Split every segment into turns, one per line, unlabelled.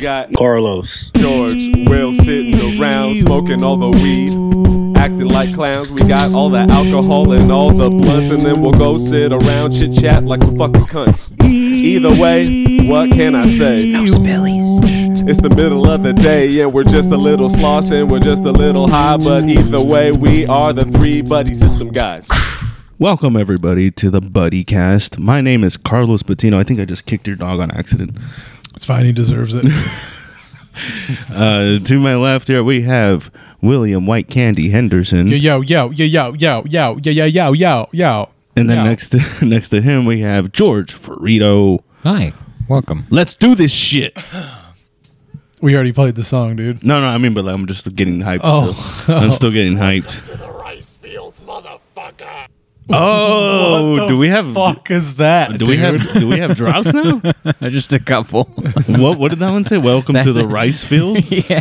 got
Carlos.
George Will sitting around smoking all the weed, acting like clowns. We got all the alcohol and all the blunts, and then we'll go sit around chit chat like some fucking cunts. Either way, what can I say?
No spillies.
It's the middle of the day, and we're just a little sloss and we're just a little high, but either way, we are the three buddy system guys.
Welcome everybody to the Buddy Cast. My name is Carlos Patino. I think I just kicked your dog on accident.
It's fine. He deserves it.
Uh, to my left here we have William White Candy Henderson,
yo, yo, yo, yo, yo, yo, yo, yo, yo, yo, yo.
and then
yo.
next to, next to him we have George Ferrito.
Hi, welcome.
Let's do this shit.
we already played the song, dude.
No, no, I mean, but like, I'm just getting hyped.
Oh.
still. I'm still getting hyped. Oh, do we have
Fuck is that?
do we have do we have drops now?
Just a couple.
what what did that one say? Welcome to
That's
the
it.
rice field.
yeah.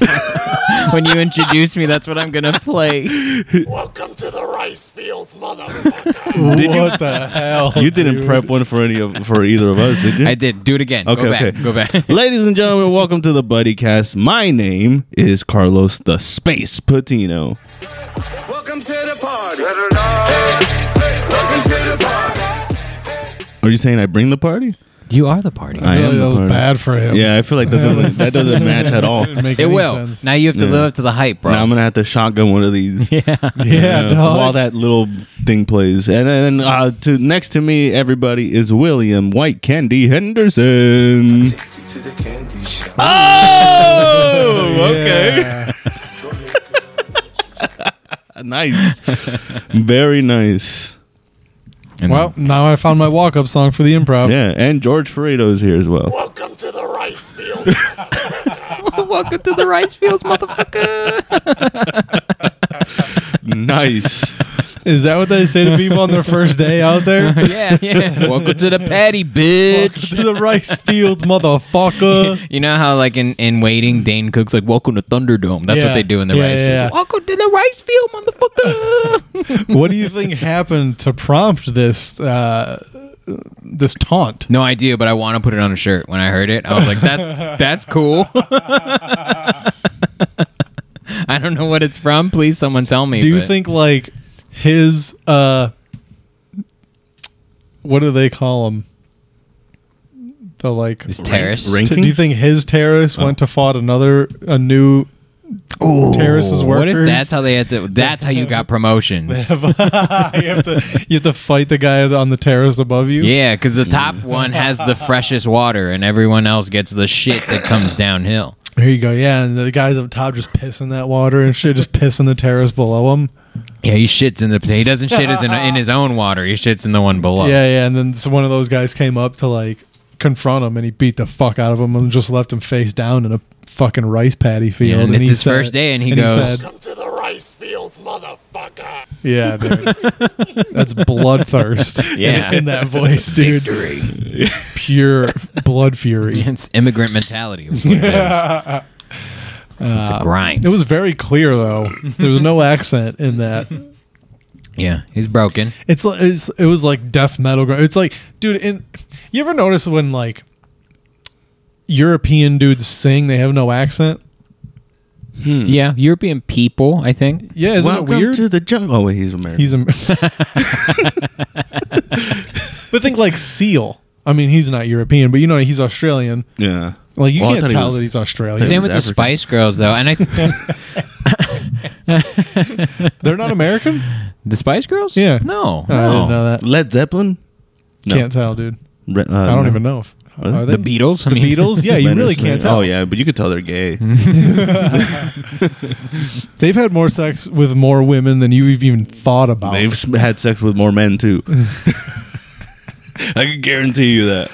when you introduce me, that's what I'm gonna play.
Did what the hell?
You didn't
dude?
prep one for any of for either of us, did you?
I did. Do it again.
Okay,
Go back.
okay.
Go back.
Ladies and gentlemen, welcome to the Buddy Cast. My name is Carlos the Space Patino.
Welcome to the party. Welcome to the party.
Are you saying I bring the party?
you are the party.
I am
Really,
the
that was
party.
bad for him.
Yeah, I feel like that doesn't that doesn't match at all.
Didn't make
it
any
will.
sense.
Now you have to
Yeah.
live up to the hype, bro.
Now I'm gonna have to shotgun one of these.
yeah,
Uh,
dog.
while that little thing plays. And then uh, to next to me, everybody is William White Candy Henderson.
Take you to the candy shop.
Oh,
Yeah.
nice, very nice.
And
Well, now I found my walk-up song for the improv.
Yeah, and George Ferrito is here as well.
welcome to the rice fields, motherfucker.
nice.
Is that what they say to people on their first day out there?
yeah, yeah. Welcome to the patty, bitch.
to the rice fields, motherfucker.
You know how, like in, in waiting, Dane Cook's like, "Welcome to Thunderdome." That's what
Yeah.
they do in the
Yeah,
rice
yeah,
fields.
yeah.
Welcome to the rice field, motherfucker.
what do you think happened to prompt this uh, this taunt?
no idea, but I want to put it on a shirt. When I heard it, I was like, "That's that's cool." I don't know what it's from. Please, someone tell me.
Do you
but-
think like his uh what do they call him? The like
it's terrace?
Ring-
t- do you think his terrorist
Oh.
went to fought another a new terrorist's
What
workers?
if that's how they had to? That's how you got promotions.
you have to you have to fight the guy on the terrace above you.
Yeah, because the top one has the freshest water, and everyone else gets the shit that comes downhill.
There you go. Yeah, and the guys up top just pissing that water and shit, just pissing the terrace below him.
Yeah, he shits in the. He doesn't shit as in, in his own water. He shits in the one below.
Yeah, yeah. And then so one of those guys came up to like confront him, and he beat the fuck out of him, and just left him face down in a fucking rice paddy field.
Yeah, and it's
he
his first day, and he goes-
"Welcome to the rice fields, motherfucker." Yeah, dude. that's bloodthirst.
Yeah.
in, in that voice, dude. Pure blood fury.
it's immigrant mentality. Is what it is. It's a grind.
Uh, It was very clear though. There was no accent in that.
yeah, he's broken.
It's, li- it's it was like death metal. gr- It's like, dude, in you ever notice when like European dudes sing, they have no accent.
Yeah, European people. I think.
Yeah, isn't it
Welcome
weird?
to the jungle. Oh wait, he's American.
he's a. but think like Seal. I mean, he's not European, but you know he's Australian.
yeah.
Like you
Well, I
can't
thought he
tell
was-
that he's Australian.
Same with the
African.
Spice Girls though, and I
They're not American.
the Spice Girls.
Yeah.
No.
I
no.
didn't know that.
Oh. Led Zeppelin. No.
Can't tell, dude.
Re- uh,
I don't
no.
even know. If, are
The
they?
Beatles. I
The
mean-
Beatles. Yeah, you
Leonard
really
Skinner.
can't tell. Mm-hmm.
Oh yeah, but you could tell they're gay.
They've had more sex with more women than you've even thought about.
They've s- had sex with more men too. I can guarantee you that.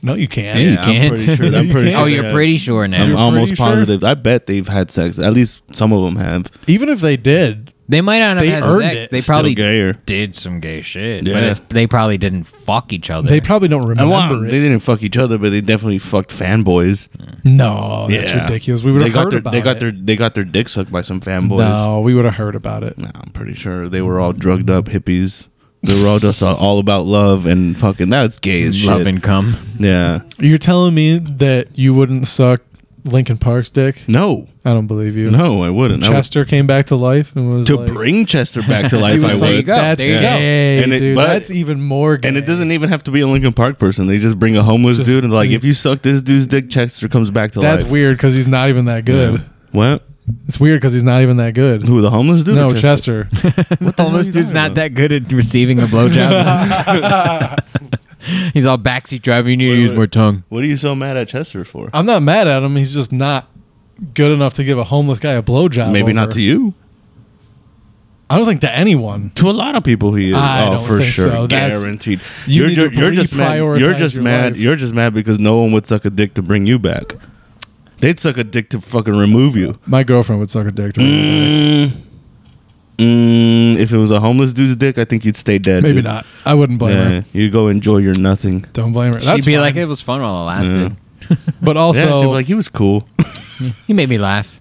no, you can't.
You
Yeah, I'm
can't.
pretty sure- I'm
You
pretty
can't.
sure
oh,
they
you're
had-
pretty sure now.
I'm
You're
almost
pretty sure?
positive. I bet they've had sex. At least some of them have.
Even if they did,
They might not have
They
had
earned
sex.
it.
They
Still
probably
gayer.
did some gay shit,
Yeah.
but it's, they probably didn't fuck each other.
they probably don't
And
remember
wow,
it.
they didn't fuck each other, but they definitely fucked fanboys.
no, that's
Yeah.
ridiculous. We would
They
have
got
heard
their
about
they got
it.
their they got their dick sucked by some fanboys.
No, we would have heard about it.
Nah, I'm pretty sure they were all drugged up hippies. They were all just uh, all about love and fucking. That's gay as shit.
love and come.
yeah,
You're telling me that you wouldn't suck Lincoln Park's dick?
No,
I don't believe you.
no, I wouldn't. I would-
Chester came back to life and was
to
like,
bring Chester back to life, I
was
would.
like, go.
That's
there you go.
gay,
And it-
dude.
but-
that's even more gay.
And it doesn't even have to be a Lincoln Park person. They just bring a homeless
Just-
dude and like, if you suck this dude's dick, Chester comes back to
That's
life.
weird because he's not even that good.
Yeah. What?
It's weird because he's not even that good.
Who the homeless dude?
no,
or
Chester.
What the homeless dude's not that good at receiving a blowjob. He's all backseat driving. You need to use
wait.
more tongue.
What are you so mad at Chester for?
I'm not mad at him. He's just not good enough to give a homeless guy a blowjob.
Maybe not
over.
to you.
I don't think to anyone.
To a lot of people, he is.
I
oh,
don't
for
think
sure,
so. That's-
guaranteed.
You
You are
need
ju-
to
you're just mad. You're
reprioritize
just
your
mad.
life.
You're just mad because no one would suck a dick to bring you back. They'd suck a dick to fucking remove you.
My girlfriend would suck a dick. To me.
Mm, mm, if it was a homeless dude's dick, I think you'd stay dead.
Maybe
dude.
not. I wouldn't blame
Yeah,
her.
you go enjoy your nothing.
Don't blame her.
She'd
That's
be
fine.
like, it was fun while it lasted.
but
Yeah, she'd
also,
be like he was cool.
He made me laugh.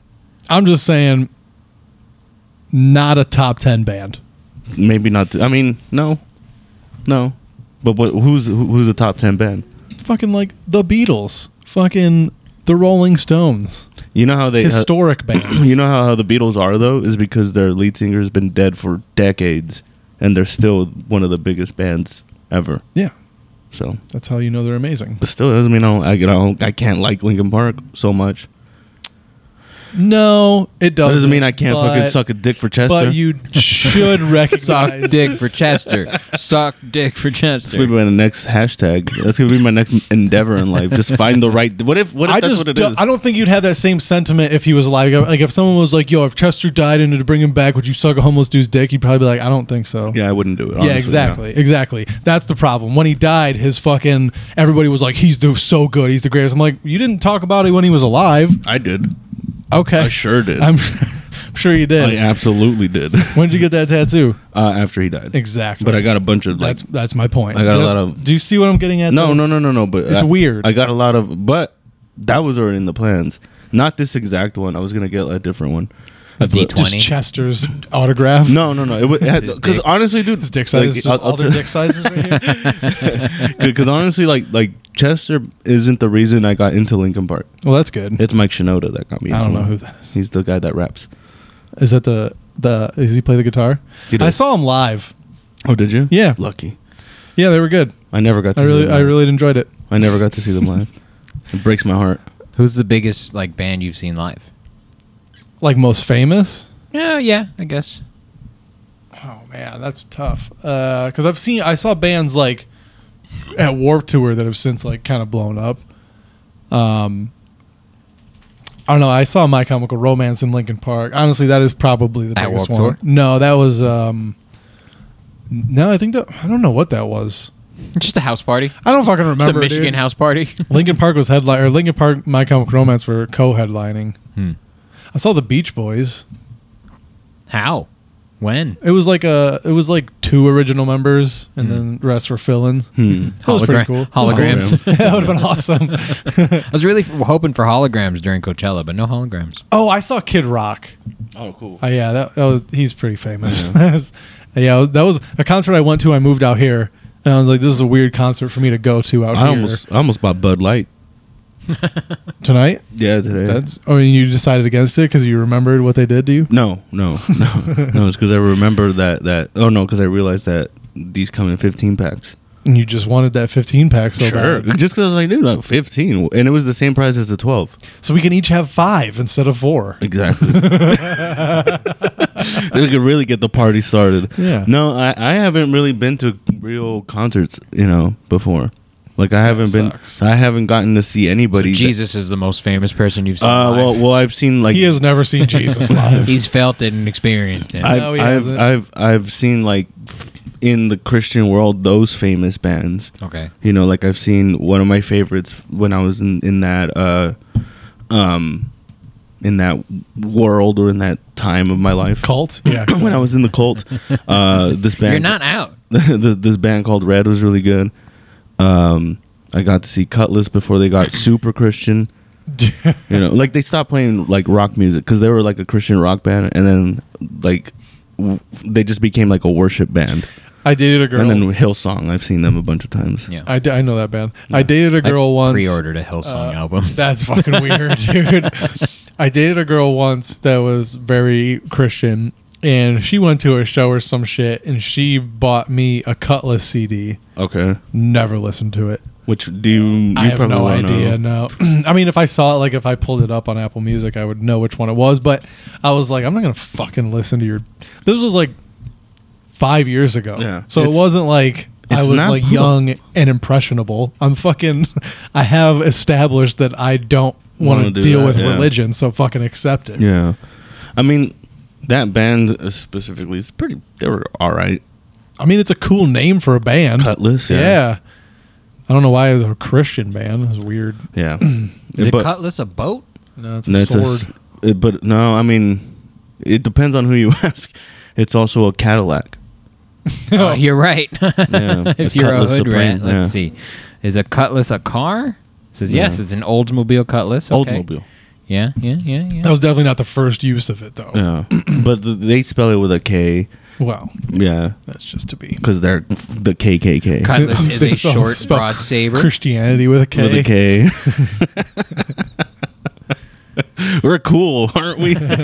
I'm just saying, not a top ten band.
Maybe not. I mean, no, no. But what, who's who- who's a top ten band?
Fucking like the Beatles. Fucking the Rolling Stones.
You know how they how-
Historic bands.
uh, you know how, how the Beatles are though is because their lead singer has been dead for decades, and they're still one of the biggest bands ever.
Yeah,
So,
that's how you know they're amazing.
but still doesn't mean I don't, I, you know, I can't like Linkin Park so much.
No, it
That
doesn't.
doesn't mean I can't fucking
but-
suck a dick for Chester.
But you should recognize.
Suck dick for Chester. Suck dick for
That's gonna
Chester.
be my next hashtag. That's gonna be my next endeavor in life. Just find the right. What if? What if
I
that's
just
what it is?
don't, I don't think you'd have that same sentiment if he was alive. Like if someone was like, "Yo, if Chester died and to bring him back, would you suck a homeless dude's dick?" You'd probably be like, "I don't think so."
Yeah, I wouldn't do it.
Yeah,
honestly,
exactly, exactly. That's the problem. When he died, his fucking everybody was like, "He's the, so good, he's the greatest." I'm like, you didn't talk about it when he was alive.
I did.
Okay,
I sure did.
I'm, I'm sure you did.
I absolutely did. uh,
When did you get that tattoo?
after he died,
Exactly.
but I got a bunch of like.
that's that's my point.
I got a
That's-
lot of-
Do you see what I'm getting at?
no,
though?
no, no, no, no. But
It's
I-
weird.
I got a lot of, but that was already in the plans. Not this exact one. I was gonna get a different one. I
D
put-
twenty.
Just Chester's autograph.
No, no, no. It, wa- it had
His
because
dick.
honestly, dude,
His dick size. is just all their dick sizes right here.
Because honestly, like like Chester isn't the reason I got into Lincoln Park.
Well, that's good.
It's Mike Shinoda that got me.
I
into
don't know
it.
who that is.
He's the guy that raps.
Is that the the? Does he play the guitar?
He does.
I saw him live.
Oh, did you?
Yeah.
Lucky.
Yeah, they were good.
I never got. To
I
see
really,
them
I
live.
really enjoyed it.
I never got to see them live. It breaks my heart.
Who's the biggest like band you've seen live?
Like most famous.
Yeah, Uh, yeah, I guess.
Oh man, that's tough. Because I've seen, I saw bands like at Warp Tour that have since like kind of blown up. Um, I don't know. I saw My Chemical Romance in Lincoln Park. Honestly, that is probably the
At
biggest
Warped
one.
Tour?
No, that was. um No, I think that I don't know what that was.
Just a house party.
I don't fucking
Just a
remember.
Michigan
dude.
house party.
Lincoln Park was headline, or Lincoln Park, My Chemical Romance were co-headlining.
Hmm.
I saw the Beach Boys.
How? When?
It was like a, it was like two original members, and then the rest were fill-ins.
Hmm.
That was pretty
Hologra-
cool.
Holograms.
that would have been awesome.
I was really f- hoping for holograms during Coachella, but no holograms.
oh, I saw Kid Rock.
Oh, cool.
Oh yeah, that, that was he's pretty famous. uh, yeah, that was a concert I went to. I moved out here, and I was like, this is a weird concert for me to go to out
I
here
almost, I almost bought Bud Light.
tonight.
Yeah, today.
That's. I mean, you decided against it because you remembered what they did to you.
no, no, no, no. It's because I remember that that. Oh no, because I realized that these come in fifteen packs.
And you just wanted that 15 pack so
sure,
bad.
just because I was like, dude, like fifteen, and it was the same price as the twelve.
So we can each have five instead of four.
Exactly. they could really get the party started.
Yeah.
No, I, I haven't really been to real concerts, you know, before. Like I haven't been,
sucks.
I haven't gotten to see
So
anybody. that-
Jesus is the most famous person you've seen.
Uh,
live.
well, well, I've seen like
He has never seen Jesus live.
he's felt it and experienced it.
I've,
No, he
I've,
hasn't.
I've, I've seen like f- in the Christian world those famous bands.
okay.
You know, like I've seen one of my favorites when I was in in that uh, um, in that world or in that time of my life.
Cult? Yeah.
when I was in the cult, uh, this band
You're not out.
th- this band called Red was really good. Um, I got to see Cutlass before they got super Christian. You know, like they stopped playing like rock music because they were like a Christian rock band, and then like w- they just became like a worship band.
I dated a girl.
And then Hillsong, I've seen them a bunch of times.
Yeah.
I, d- I know that band. I dated a girl
I
once.
Pre-ordered a Hillsong
Uh,
album.
That's fucking weird, dude. I dated a girl once that was very Christian, and she went to a show or some shit, and she bought me a Cutlass CD.
Okay.
Never listened to it.
Which do you? you
I have
probably
no
won't
idea.
know.
No, I mean, if I saw it, like if I pulled it up on Apple Music, I would know which one it was. But I was like, I'm not gonna fucking listen to your. This was like five years ago,
Yeah.
so
It's-
it wasn't like I
it's
was
not
like
cool.
young and impressionable. I'm fucking. I have established that I don't
Wanna
want
do
to deal
that,
with
yeah.
religion, so fucking accept it.
Yeah. I mean, that band specifically is pretty. They were all right.
I mean, it's a cool name for a band.
Cutlass.
yeah.
Yeah.
I don't know why it was a Christian band. It was weird.
Yeah.
Is a
But-
cutlass a boat?
No, it's a
That's a
sword.
s- uh, but no, I mean, it depends on who you ask. It's also a Cadillac.
Oh, you're right.
Yeah,
if
a
you're a
Cutlass
hood
a
rat,
brand,
let's
yeah.
see. Is a cutlass a car? Says yes,
Yeah.
it's an Oldsmobile cutlass. Okay.
Oldsmobile.
Yeah, yeah, yeah, yeah.
that was definitely not the first use of it, though.
Yeah. but th- they spell it with a K.
Wow.
Yeah.
That's just to be.
Because they're the KKK.
cutlass is
They
a
spell-
short
spell
broad saber.
Christianity with a K.
With a K. We're cool, aren't we? but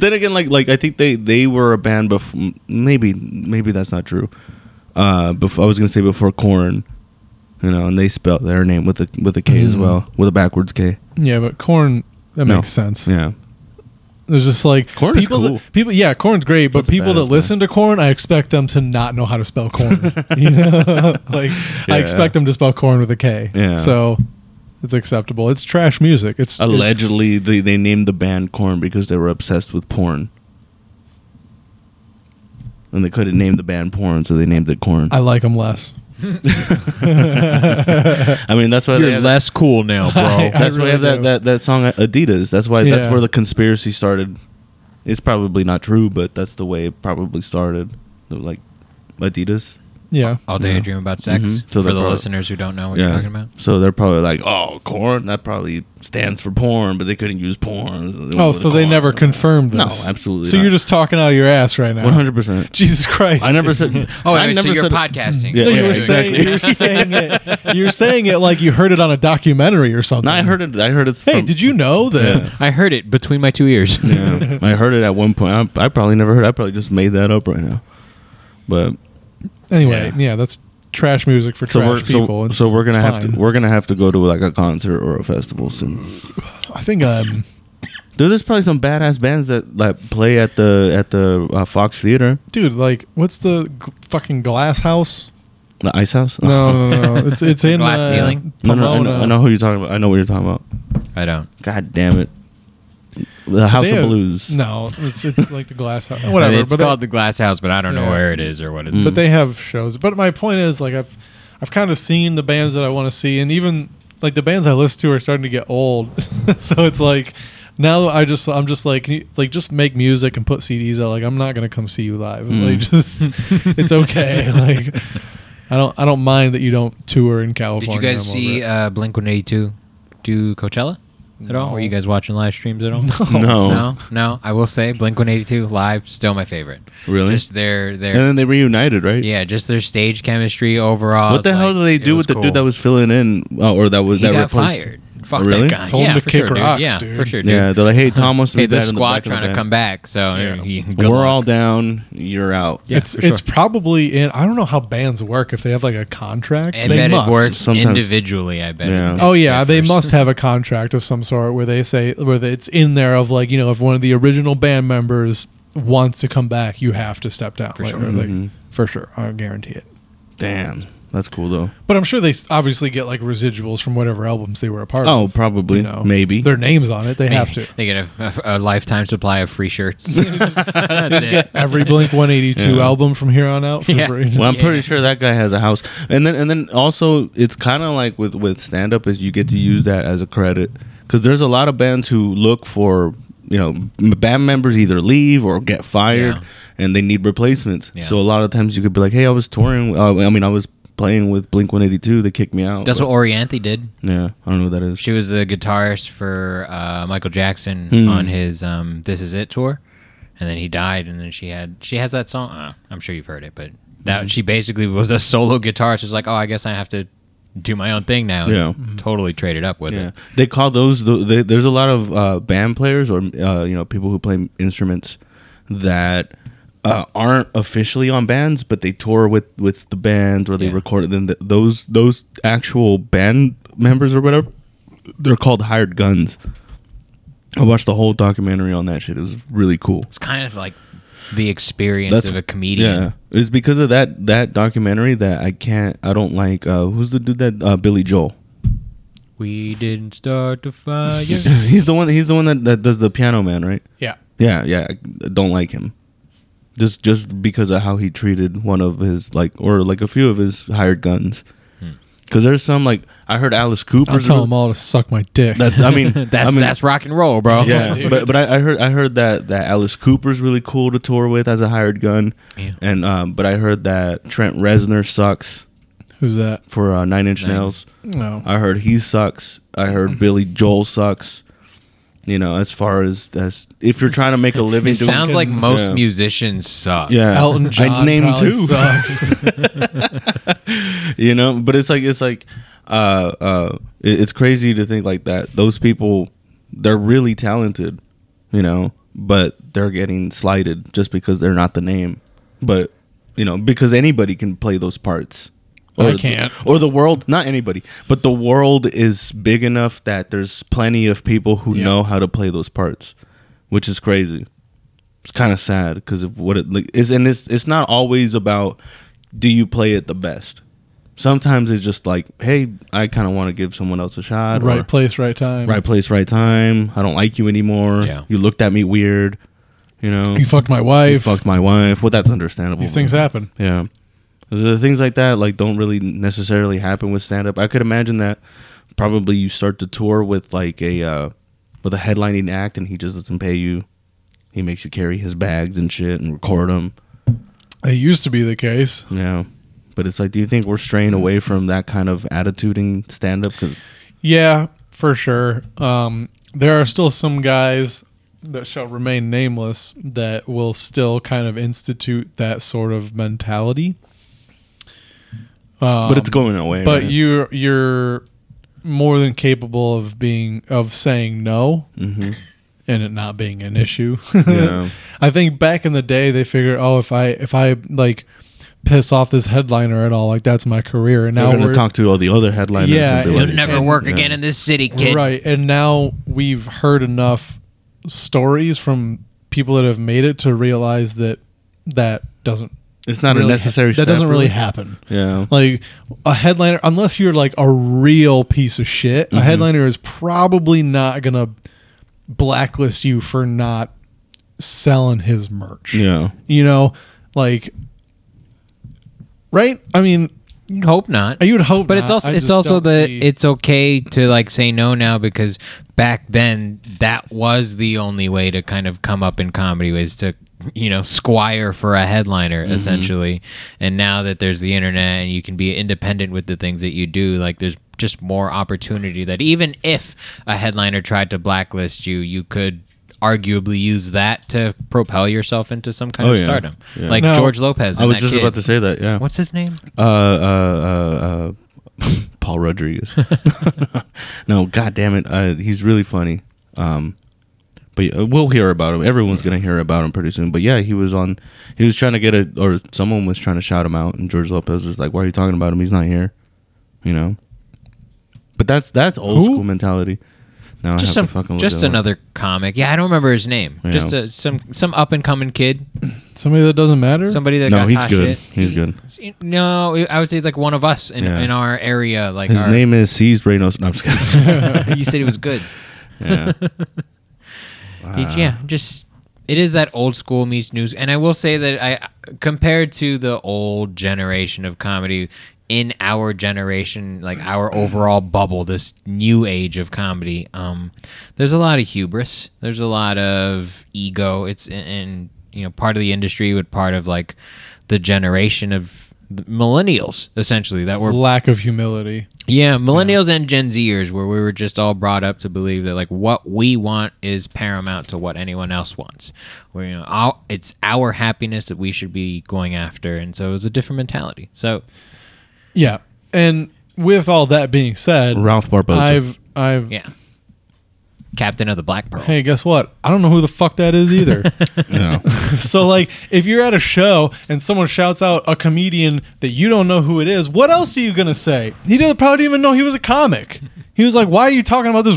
then again, like like I think they they were a band before. Maybe maybe that's not true. Uh, before I was gonna say before Corn, you know, and they spelled their name with a with a K as
Mm.
well, with a backwards K.
Yeah, but corn that
No.
makes sense.
Yeah,
There's just like
Korn is
people
cool.
that, people yeah, corn's great, but
That's a
people that
badass
listen to corn, I expect them to not know how to spell corn. you know? Like
Yeah.
I expect them to spell corn with a K.
Yeah.
So it's acceptable. It's trash music. It's it's-
allegedly they, they named the band Corn because they were obsessed with porn, and they couldn't name the band Porn, so they named it Corn.
I like them less.
I mean, that's why they
You're
have-
less cool now,
I-
bro.
I-
That's why I have
really
that,
do.
that, that song uh, Adidas. That's why that's
Yeah.
where the conspiracy started. It's probably not true, but that's the way it probably started. The, Like Adidas.
Yeah.
All day I dream about sex.
Mhm. So
For
they're
the
pro-
listeners who don't know what Oh, you're talking about.
So they're probably like, oh, corn. That probably stands for porn, but they couldn't use porn. went
Oh,
with
so they
corn.
never confirmed
No,
this.
absolutely.
So you're just talking out of your ass right now.
one hundred percent.
Jesus Christ.
I never
dude.
said.
Oh,
I
wait,
never
so you're
said-
podcasting.
Yeah,
So
yeah,
you were
exactly.
saying you were saying it you were saying it like you heard it on a documentary or something.
No, I heard it. I heard it.
Hey, did you know that?
Yeah.
I heard it between my two ears.
Yeah, I heard it at one point. I, I probably never heard. It. I probably just made that up right now. But
Anyway,
Yeah.
yeah. that's trash music for
so
trash
we're
people.
so,
It's-
so we're gonna
it's
have to
fine.
we're gonna have to go to like a concert or a festival soon.
I think um,
Dude, there's probably some badass bands that like play at the at the uh, Fox Theater,
dude, like, what's the g- fucking glass house?
the Ice House.
No, no, no, no. it's it's in
Glass
uh,
ceiling?
no, no, I know,
Pomona.
I know who you're talking about. I know what you're talking about.
I don't.
God damn it, the House
They
of
have-
Blues.
No, it's it's like the glass house. Whatever.
It's
but
called
they,
the Glass House, but I don't know
Yeah. Mm.
where it is or what it's.
but they have shows. But my point is, like, I've I've kind of seen the bands that I want to see, and even like the bands I listen to are starting to get old. so it's like now I just I'm just like can you, like just make music and put CDs out. Like I'm not gonna come see you live.
Mm.
Like just it's okay. like I don't I don't mind that you don't tour in
Did
California.
you guys
I'm over
see
it.
uh, Blink 182 do Coachella at all? Were
No.
you guys watching live streams at all?
No.
no, no. I will say Blink 182 live still my favorite.
Really?
Just their
and
their
then they reunited, right?
yeah, just their stage chemistry overall.
What the
it's
hell
like-
did they
it
do with
was
the
cool.
dude that was filling in, uh, or that was
he
that
got
replaced?
fired? Fuck
Really?
that guy.
Told him
yeah,
to
for
kick
sure, dude.
rocks,
Yeah,
dude.
for sure. Dude.
Yeah, they're like, hey, Tom wants to
Hey,
be
this
back in the
squad
back of the
trying to
band.
come back, so
Yeah.
you- you- good
We're
luck.
all down. You're out.
Yeah,
it's
for sure.
it's probably in. I don't know how bands work if they have like a contract.
I
they
bet
must.
it works
Sometimes-
individually. I bet. it
Yeah.
Oh yeah, they
differs.
must have a contract of some sort where they say where it's in there of like you know if one of the original band members wants to come back, you have to step down. For
sure.
like,
Mhm.
for sure, I guarantee it.
Damn, that's cool though.
But I'm sure they s- obviously get like residuals from whatever albums they were a part
Oh,
of.
probably,
you know.
maybe.
their names on it. They have to.
They get a, a, a lifetime supply of free shirts. That's it.
Every Blink 182
Yeah.
album from here on out. For
Yeah.
free.
Well, I'm
Yeah.
pretty sure that guy has a house, and then and then also it's kind of like with with stand up is you get to use that as a credit because there's a lot of bands who look for you know m- band members either leave or get fired
Yeah.
and they need replacements.
Yeah.
So a lot of times you could be like, hey, I was touring. Uh, I mean, I was playing with Blink 182. They kicked me out.
That's
but-
what Orianthe did.
yeah, I don't know what that is.
She was the guitarist for uh, Michael Jackson
Hmm.
on his um, "This Is It" tour, and then he died, and then she had she has that song. Uh, I'm sure you've heard it, but that
Hmm.
she basically was a solo guitarist. She's like, oh, I guess I have to do my own thing now. and
Yeah.
Mm-hmm.
totally traded up with
Yeah,
it.
they call those. tho- they, there's a lot of uh, band players or uh, you know people who play instruments that uh, aren't officially on bands, but they tour with with the bands or they
Yeah.
record. Then th- those those actual band members or whatever, they're called hired guns. I watched the whole documentary on that shit. It was really cool.
It's kind of like the experience of a comedian.
Yeah, it's because of that that documentary that I can't. I don't like. Uh, who's the dude that uh, Billy Joel?
We didn't start the fire.
he's the one. He's the one that, that does the Piano Man, right?
Yeah.
Yeah, yeah. I don't like him. Just just because of how he treated one of his like or like a few of his hired guns.
Hmm.
Because there's some like I heard Alice Cooper.
I'll tell them all to suck my dick.
That's, I mean,
that's
I mean,
that's rock and roll, bro.
yeah. but but I, I heard I heard that that Alice Cooper's really cool to tour with as a hired gun.
Yeah.
And um, but I heard that Trent Reznor sucks
Who's that?
for uh, Nine Inch
Nine.
Nails.
No.
I heard he sucks. I heard Billy Joel sucks. You know, as far as as if you're trying to make a living,
It
doing-
sounds like most
Yeah.
musicians suck.
Yeah,
Elton John.
I named
probably
two.
Sucks.
you know, but it's like it's like uh uh it- it's crazy to think like that. Those people, they're really talented, you know, but they're getting slighted just because they're not the name. But you know, because anybody can play those parts.
I
the-
can't.
or the world, not anybody, but the world is big enough that there's plenty of people who
Yeah.
know how to play those parts, which is crazy. It's kind of sad because of what it like, is, and it's it's not always about do you play it the best. Sometimes it's just like, hey, I kind of want to give someone else a shot.
right
or,
place, right time.
right place, right time. I don't like you anymore.
Yeah.
you looked at me weird. You know,
You fucked my wife.
you fucked my wife. Well, that's understandable.
These things
man.
happen.
Yeah. The things like that like don't really necessarily happen with stand up. I could imagine that probably you start to tour with like a uh with a headlining act and he just doesn't pay you. He makes you carry his bags and shit and record them.
It used to be the case.
Yeah. But it's like do you think we're
Mm.
straying away from that kind of attitude in stand up cuz
Yeah, for sure. Um, there are still some guys that shall remain nameless that will still kind of institute that sort of mentality. Um,
but it's going away.
But
right?
you you're more than capable of being of saying no
Mhm.
and it not being an issue.
Yeah.
I think back in the day they figured, oh, if I if I like piss off this headliner at all, like that's my career. And
Now
now
we're going
we're
to talk to all the other headliners
Yeah,
and be
You'll
like,
never
"Yeah,
work
yeah."
again in this city, kid.
Right. And now we've heard enough stories from people that have made it to realize that that doesn't
It's not
really
a
ha-
necessary
that
step,
doesn't really
right?
happen.
Yeah.
Like a headliner unless you're like a real piece of shit,
Mm-hmm.
a headliner is probably not going to blacklist you for not selling his merch.
yeah.
You know, like right? I mean,
You'd hope not.
you would hope
but it's
Uh,
not.
also
I
it's
just
also
don't
the
see-
it's okay to like say no now because back then that was the only way to kind of come up in comedy was to you know squire for a headliner
Mm-hmm.
essentially and now that there's the internet and you can be independent with the things that you do like there's just more opportunity that even if a headliner tried to blacklist you you could arguably use that to propel yourself into some kind
Oh,
of
yeah.
stardom
Yeah.
like
No.
george lopez
I
and
was
that
just
kid.
about to say that. Yeah.
what's his name
uh, uh, uh, uh Paul Rodriguez. no, God damn it, uh, he's really funny. Um, but uh, we'll hear about him. Everyone's gonna hear about him pretty soon. But yeah, he was on. He was trying to get a, or someone was trying to shout him out, and George Lopez was like, "Why are you talking about him? He's not here." You know. But that's that's old
Who?
school mentality. Now
just
I
some,
have to fucking look it
just
up.
another comic. Yeah, I don't remember his name.
Yeah.
Just a, some some up and coming kid,
somebody that doesn't matter.
somebody that
No,
got
he's
hot
good.
shit.
He's good.
He- No, I would say he's like one of us in,
Yeah.
in our area. Like
His
our-
name is Seized Reynos. No, I'm just kidding.
you said he was good.
yeah.
He- yeah, just it is that old school meets news. And I will say that I compared to the old generation of comedy in our generation, like our overall bubble, this new age of comedy, um, there's a lot of hubris. There's a lot of ego. It's and you know part of the industry, but part of like the generation of the millennials essentially that were
lack of humility.
yeah millennials and Gen Zers where we were just all brought up to believe that like what we want is paramount to what anyone else wants. Where you know our, it's our happiness that we should be going after, and so it was a different mentality. So
Yeah, and with all that being said,
Ralph Barbosa.
I've I've
yeah, Captain of the Black Pearl.
hey, guess what? I don't know who the fuck that is either.
No.
so like, if you're at a show and someone shouts out a comedian that you don't know who it is, what else are you gonna say? He did, probably didn't even know he was a comic. He was like, "Why are you talking about this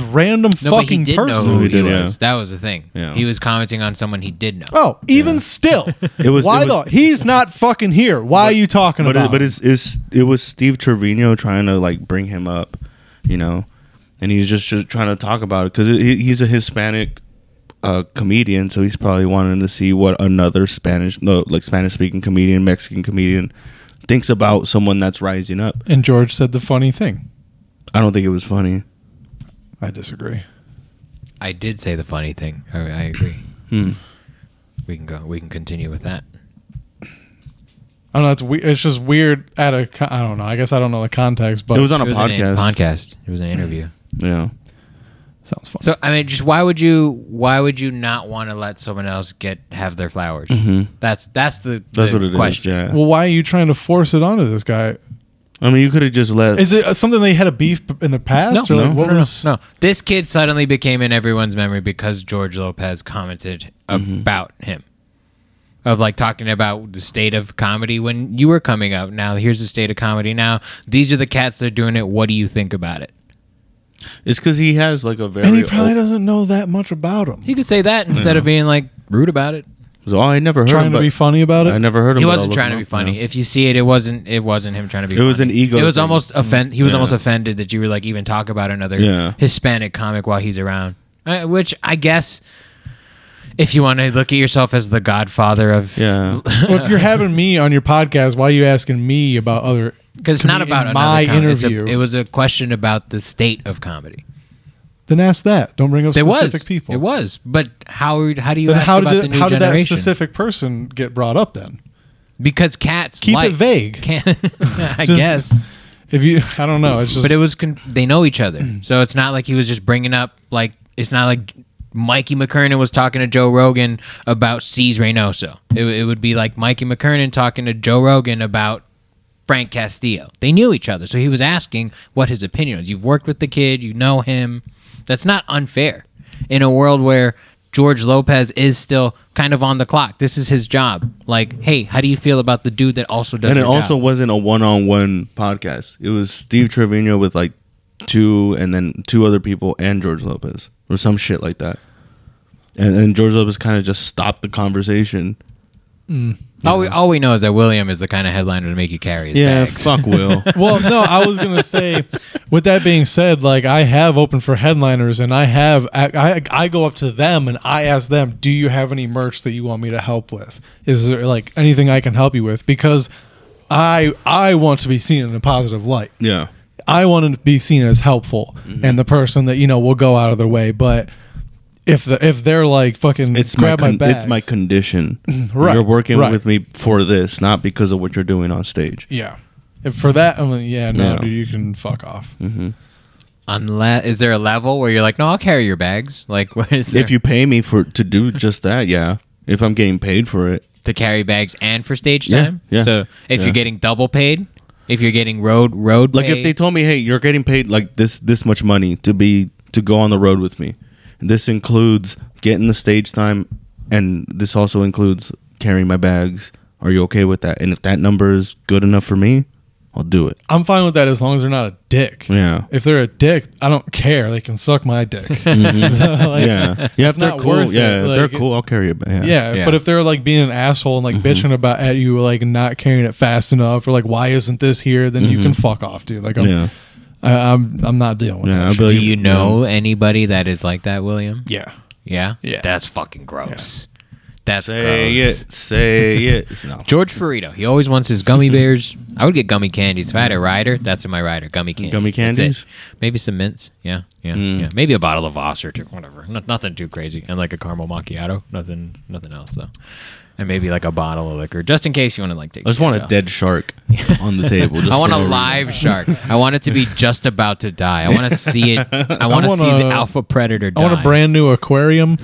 No,
random
but he
fucking
did
person?"
know who
He
he,
did, yeah.
was. That was the thing.
Yeah.
He was commenting on someone he did know.
Oh, even still,
It was-
why
it was-
the he's not fucking here. Why are you talking
but
about?
it, but it's, it's it was Steve Trevino trying to like bring him up, you know, and he's just, just trying to talk about it because he, he's a Hispanic uh, comedian, so he's probably wanting to see what another Spanish no like Spanish speaking comedian, Mexican comedian thinks about someone that's rising up.
and George said the funny thing.
I don't think it was funny.
I disagree.
I did say the funny thing. I, I agree.
Hmm.
We can go. We can continue with that.
I don't know. It's we- it's just weird at a. co- I don't know. I guess I don't know the context, but
it was on a
It was an in-
podcast.
podcast. It was an interview.
yeah.
sounds fun.
So I mean, just why would you? Why would you not want to let someone else get have their flowers? That's that's the
Mm-hmm. That's
the
what it is.
question.
Yeah.
well, why are you trying to force it onto this guy?
I mean, you could have just let.
Is it uh, something they had a beef b- in the past?
No,
or like,
no,
what
no,
was
No, this kid suddenly became in everyone's memory because George Lopez commented
Mm-hmm.
about him. Of like talking about the state of comedy when you were coming up. Now here's the state of comedy. Now these are the cats that are doing it. What do you think about it?
It's because he has like a very.
And he
uh,
probably
old-
doesn't know that much about him.
You could say that instead of
Mm-hmm.
being like rude about it.
so, oh, I never heard
Trying
him.
to
but-
be funny about it.
I never heard him.
He
but
wasn't
I'll
trying to
look
be
him up,
funny.
yeah.
If you see it, it wasn't. It wasn't him trying to
It
be.
was
funny.
an ego
It was
thing.
almost offend. He was
Yeah.
almost offended that you were like even talk about another
Yeah.
Hispanic comic while he's around. Uh, which I guess, if you want to look at yourself as the Godfather of,
Yeah.
well, if you're having me on your podcast, why are you asking me about other?
because it's not
comedian-
about another
my
com- it's a-
interview.
it was a question about the state of comedy.
Then ask that. Don't bring up
There
specific
was
people.
It was, but how how do you
Then
ask
how
about
did
the
it-
new
how did that
generation?
specific person get brought up then?
because cats
Keep it
like-
vague.
Can, I
Just-
guess.
If you, I don't know. It's just.
But it was con- they know each other, so it's not like he was just bringing up like it's not like Mikey McKernan was talking to Joe Rogan about C's Reynoso. It, w- it would be like Mikey McKernan talking to Joe Rogan about Frank Castillo. They knew each other, so he was asking what his opinion was. You've worked with the kid, you know him. That's not unfair in a world where George Lopez is still kind of on the clock. This is his job. Like, hey, how do you feel about the dude that also does?
and it
your
also
job?
wasn't a one-on-one podcast. It was Steve Trevino with like two, and then two other people, and George Lopez, or some shit like that. And, and George Lopez kind of just stopped the conversation.
All we, all we know is that William is the kind of headliner to make you carry his
Yeah,
bags.
fuck Will.
well, no, I was gonna say. With that being said, like I have opened for headliners, and I have I, I I go up to them and I ask them, "Do you have any merch that you want me to help with? Is there like anything I can help you with?" Because I I want to be seen in a positive light.
yeah,
I want to be seen as helpful
Mm-hmm.
and the person that you know will go out of their way. But if the if they're like fucking
it's
grab
my,
my,
con-
bags,
it's my condition.
Right,
you're working
right.
with me for this, not because of what you're doing on stage.
yeah. If for that, I'm like, yeah, no,
Yeah.
dude, you can fuck off.
Unless is there a level where you're like, no, I'll carry your bags. Like, what is there?
If you pay me for to do just that, yeah. If I'm getting paid for it,
to carry bags and for stage
Yeah,
time.
yeah,
so if
yeah.
you're getting double paid, if you're getting road road
Like
pay,
if they told me, hey, you're getting paid like this this much money to be to go on the road with me. This includes getting the stage time, and this also includes carrying my bags. Are you okay with that? And if that number is good enough for me, I'll do it.
I'm fine with that as long as they're not a dick.
Yeah.
If they're a dick, I don't care. They can suck my dick. So, like,
Mm-hmm. yeah, yeah. If
it's
they're
not
cool,
worth it.
yeah, if
Like,
they're
it-
cool. Mm-hmm. I'll carry it. Back.
Yeah,
Yeah.
but if they're like being an asshole and like bitching about at you like not carrying it fast enough or like why isn't this here, then you can fuck off, dude. Like I'm,
Mm-hmm. yeah,
I, I'm I'm not dealing with
yeah.
that.
I'll
shit.
be like,
do you know anybody that is like that, William?
Yeah.
Yeah,
Yeah.
That's fucking gross. That's
Say
gross.
it. Say it. It's not-
George Ferrito, he always wants his gummy bears. I would get gummy candies if I had a rider. That's in my rider, gummy candies.
Gummy
That's it.
candies?
maybe some mints. Yeah, yeah, yeah. Maybe a bottle of Voss or two, whatever. No, nothing too crazy, and like a caramel macchiato. Nothing, nothing else though. and maybe like a bottle of liquor, just in case you want to like take.
I just
a
want
shit,
a dead shark on the table.
though.
just
I want
for
a
no
live shark. I want it to be just about to die. I want to see it. I want to
want
see the
a-
alpha predator die.
I want a brand new aquarium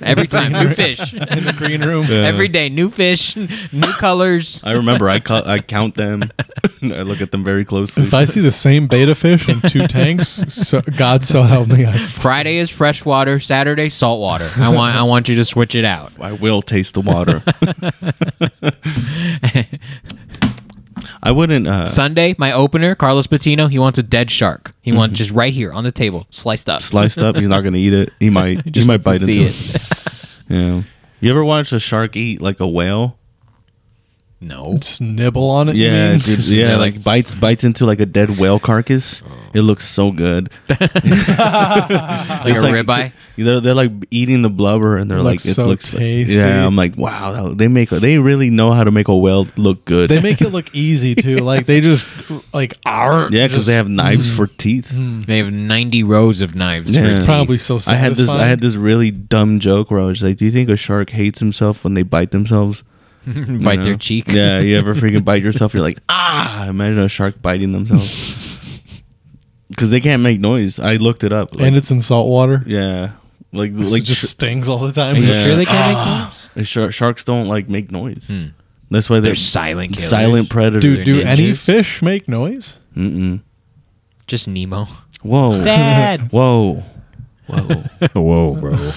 every time new fish.
in the green room.
reason. Yeah.
Every day, new fish, new colors.
I remember I cu- I count them. I look at them very closely.
If I see the same beta fish in two tanks, so, God so help me. I,
Friday is freshwater. Saturday, saltwater. I want. I want you to switch it out.
I will taste the water. I wouldn't. Uh,
Sunday, my opener, Carlos Patino. He wants a dead shark. He
Mm-hmm.
wants just right here on the table, sliced up.
sliced up. He's not gonna eat it. He might. He,
just
might bite
wants to
into
see
it. yeah. You ever watch a shark eat like a whale?
No.
just nibble on it. you
Yeah,
mean?
dude, yeah.
Yeah, Oh.
Like,
like-
bites bites into like a dead whale carcass. It looks so good.
Like
It's
a ribeye.
They're, they're like eating the blubber and they're like
looks
it
so
looks like-
tasty.
yeah. I'm like wow. that- They make a- they really know how to make a whale look good.
They make it look easy too. Like they just like our
yeah, because they have
Mm.
knives for teeth.
They have 90 rows of knives.
mm. Yeah.
for
It's
teeth.
probably so.
I
Satisfying.
had this. I had this really dumb joke where I was like, "Do you think a shark hates himself when they bite themselves? You
bite their
know?
cheek.
Yeah, you ever freaking bite yourself? You're like, ah! Imagine a shark biting themselves because they can't make noise. I looked it up. Like,
and it's in salt water.
yeah, like
So
like
it just
sh-
stings all the time.
Are you
Yeah. Ah.
sure they can't make noise?
shar- sharks don't like make noise. That's why they're,
Hmm. They're silent killers.
silent predators.
Dude, do
They're
any
ninjas.
fish make noise?
Mm-mm.
Just Nemo.
Whoa,
Dad.
whoa. Whoa, whoa, bro!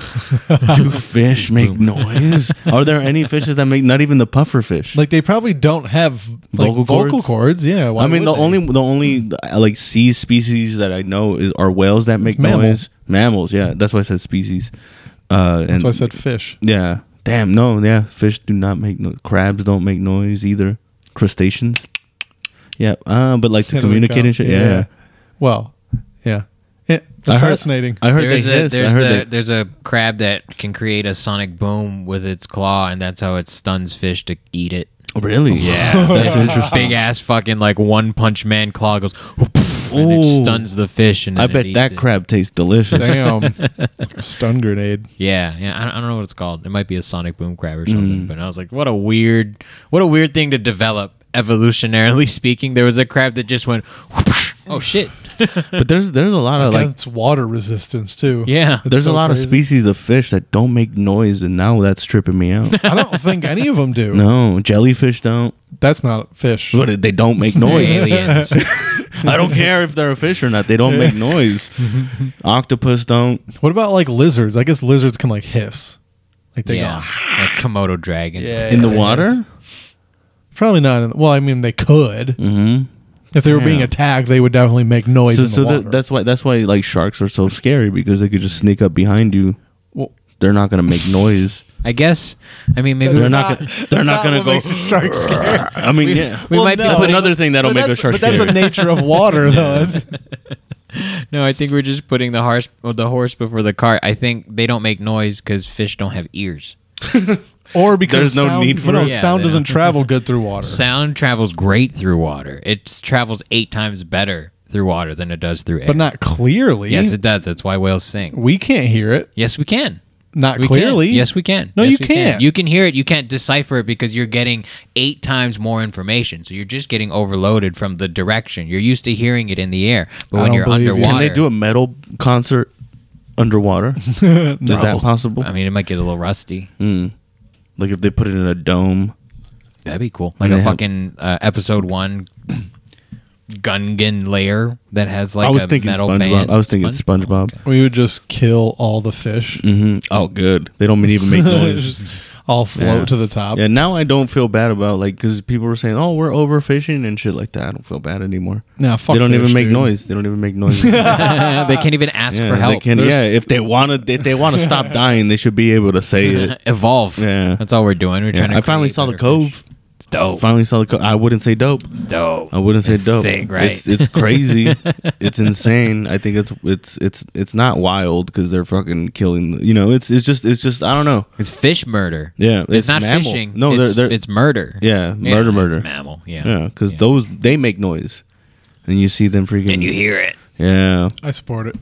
Do fish make noise? Are there any fishes that make? Not even the puffer fish.
Like they probably don't have like,
Vocal
vocal,
cords?
cords? Yeah, why
I mean, the
would they?
only the only uh, like sea species that I know is are whales that make
mammal.
noise. Mammals, yeah. That's why I said species. Uh, and
That's why I said fish.
yeah. Damn, no, yeah. Fish do not make no Crabs don't make noise either. Crustaceans. Yeah, uh, but like to
Tentacle
communicate and shit.
count.
Yeah,
Well, yeah. yeah
I
that's
heard-
fascinating.
I heard
There's
they
a,
hiss. I
there's,
heard
the-
they-
there's a crab that can create a sonic boom with its claw, and that's how it stuns fish to eat it.
really.
Yeah,
that's
that's
interesting.
Big ass fucking like one punch man claw goes, "Poof," and it
Ooh.
stuns the fish. And
I
then it
bet
eats
that
it.
crab tastes delicious.
Damn. Stun grenade.
Yeah, yeah. I don't, I don't know what it's called. It might be a sonic boom crab or
Mm.
something. But I was like, what a weird, what a weird thing to develop. Evolutionarily speaking, there was a crab that just went, whoosh, oh shit.
But there's there's a lot of
Like,
like
it's water resistance too.
Yeah.
there's
so
a lot of
crazy.
species of fish that don't make noise, and now that's tripping me out.
I don't think any of them do.
no, jellyfish don't.
That's not fish.
But they don't make noise.
Aliens.
I don't care if they're a fish or not. They don't make noise. Octopus don't.
What about like lizards? I guess lizards can like hiss. Like they
yeah.
go
Like Komodo dragon.
Yeah,
in the
they hiss.
water?
Probably not. In, well, I mean, they could.
Mm-hmm.
If they were being
Yeah.
attacked, they would definitely make noise.
So,
in the
so
water.
that, that's why that's why like sharks are so scary because they could just sneak up behind you.
Well-
they're not gonna make noise.
I guess. I mean, maybe
They're
we-
not. gonna, they're not,
not
gonna
what
go.
makes a shark scary.
I mean, yeah.
we might be
no.
That's
putting
another thing that'll
But
make a
that's-
shark
But that's
scary.
the nature of water, though.
No, I think we're just putting the horse, the horse before the cart. I think they don't make noise because fish don't have ears.
or because
There's no
sound,
need for
no,
it.
Yeah,
sound
they
doesn't
don't.
travel good through water.
Sound travels great through water. It travels eight times better through water than it does through air.
but not clearly.
yes, it does. That's why whales sing.
we can't hear it.
Yes, we can.
Not
We
clearly.
Can. Yes, we can.
No,
Yes,
you
we
can't.
You can hear it. You can't decipher it because you're getting eight times more information. So you're just getting overloaded from the direction. You're used to hearing it in the air, but
I
when
don't
you're
believe you.
underwater,
Can they do a metal concert underwater? Is that possible?
I mean, it might get a little rusty.
Mm.
like if they put it in a dome.
That'd be cool. Like
Yeah.
a fucking uh, episode one Gungan lair that has like
I was
a
thinking
metal
SpongeBob.
band.
I was thinking
Sponge-
SpongeBob.
We would just kill all the fish.
hmm Oh, good. They don't even make noise.
Just all float
Yeah.
to the top.
Yeah, now I don't feel bad about like because people were saying, "Oh, we're overfishing and shit like that." I don't feel bad anymore.
Nah, fuck
they don't
fish,
even make
dude.
noise. They don't even make noise. yeah,
they can't even ask for
they
help.
can,
They're
yeah,
s-
if they want to, if they want to stop dying, they should be able to say it.
evolve.
Yeah.
That's all we're doing. We're
Yeah,
trying to
I finally
create
saw the
better
cove.
fish. It's dope.
Finally saw the cove. I wouldn't say dope.
It's dope.
I wouldn't say
It's
dope.
sick, right?
It's it's crazy. it's insane. I think it's it's it's it's not wild because they're fucking killing. You know, it's it's just it's just I don't know.
It's fish murder.
Yeah,
It's, not
mammal.
fishing.
No,
it's,
they're, they're
it's murder.
yeah, murder, murder.
It's mammal. Yeah.
Yeah, because those they make noise, and you see them freaking.
And you hear it.
Yeah,
I support it.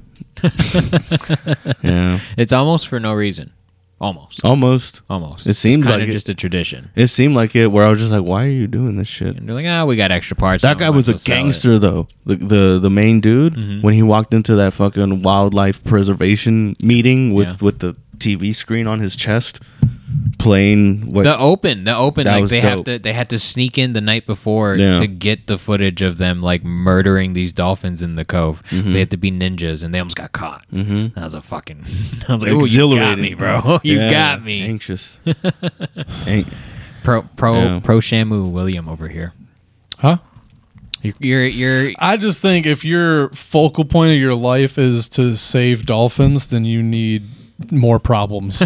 yeah.
It's almost for no reason. Almost.
Almost.
Almost.
It seems
it's kinda
like it.
just a tradition.
It seemed like it. Where I was just like, why are you doing this shit?
And they're like, ah, we got extra parts.
That
now,
guy
might
was
as
a
well sell it."
gangster though. The the the main dude
Mm-hmm.
when he walked into that fucking wildlife preservation meeting with
Yeah.
with the TV screen on his chest playing what
The open, the open,
That
like
was
they
dope.
have to, they had to sneak in the night before
Yeah.
to get the footage of them like murdering these dolphins in the cove.
Mm-hmm.
They had to be ninjas, and they almost got caught. Mm-hmm. That was a fucking, I was like, "Ooh, you got
Exhilarating.
me, bro, you
Yeah,
got me."
anxious. An-
Pro, pro,
Yeah.
pro, Shamu William over here.
Huh?
You're, you're, you're
I just think if your focal point of your life is to save dolphins, then you need more problems.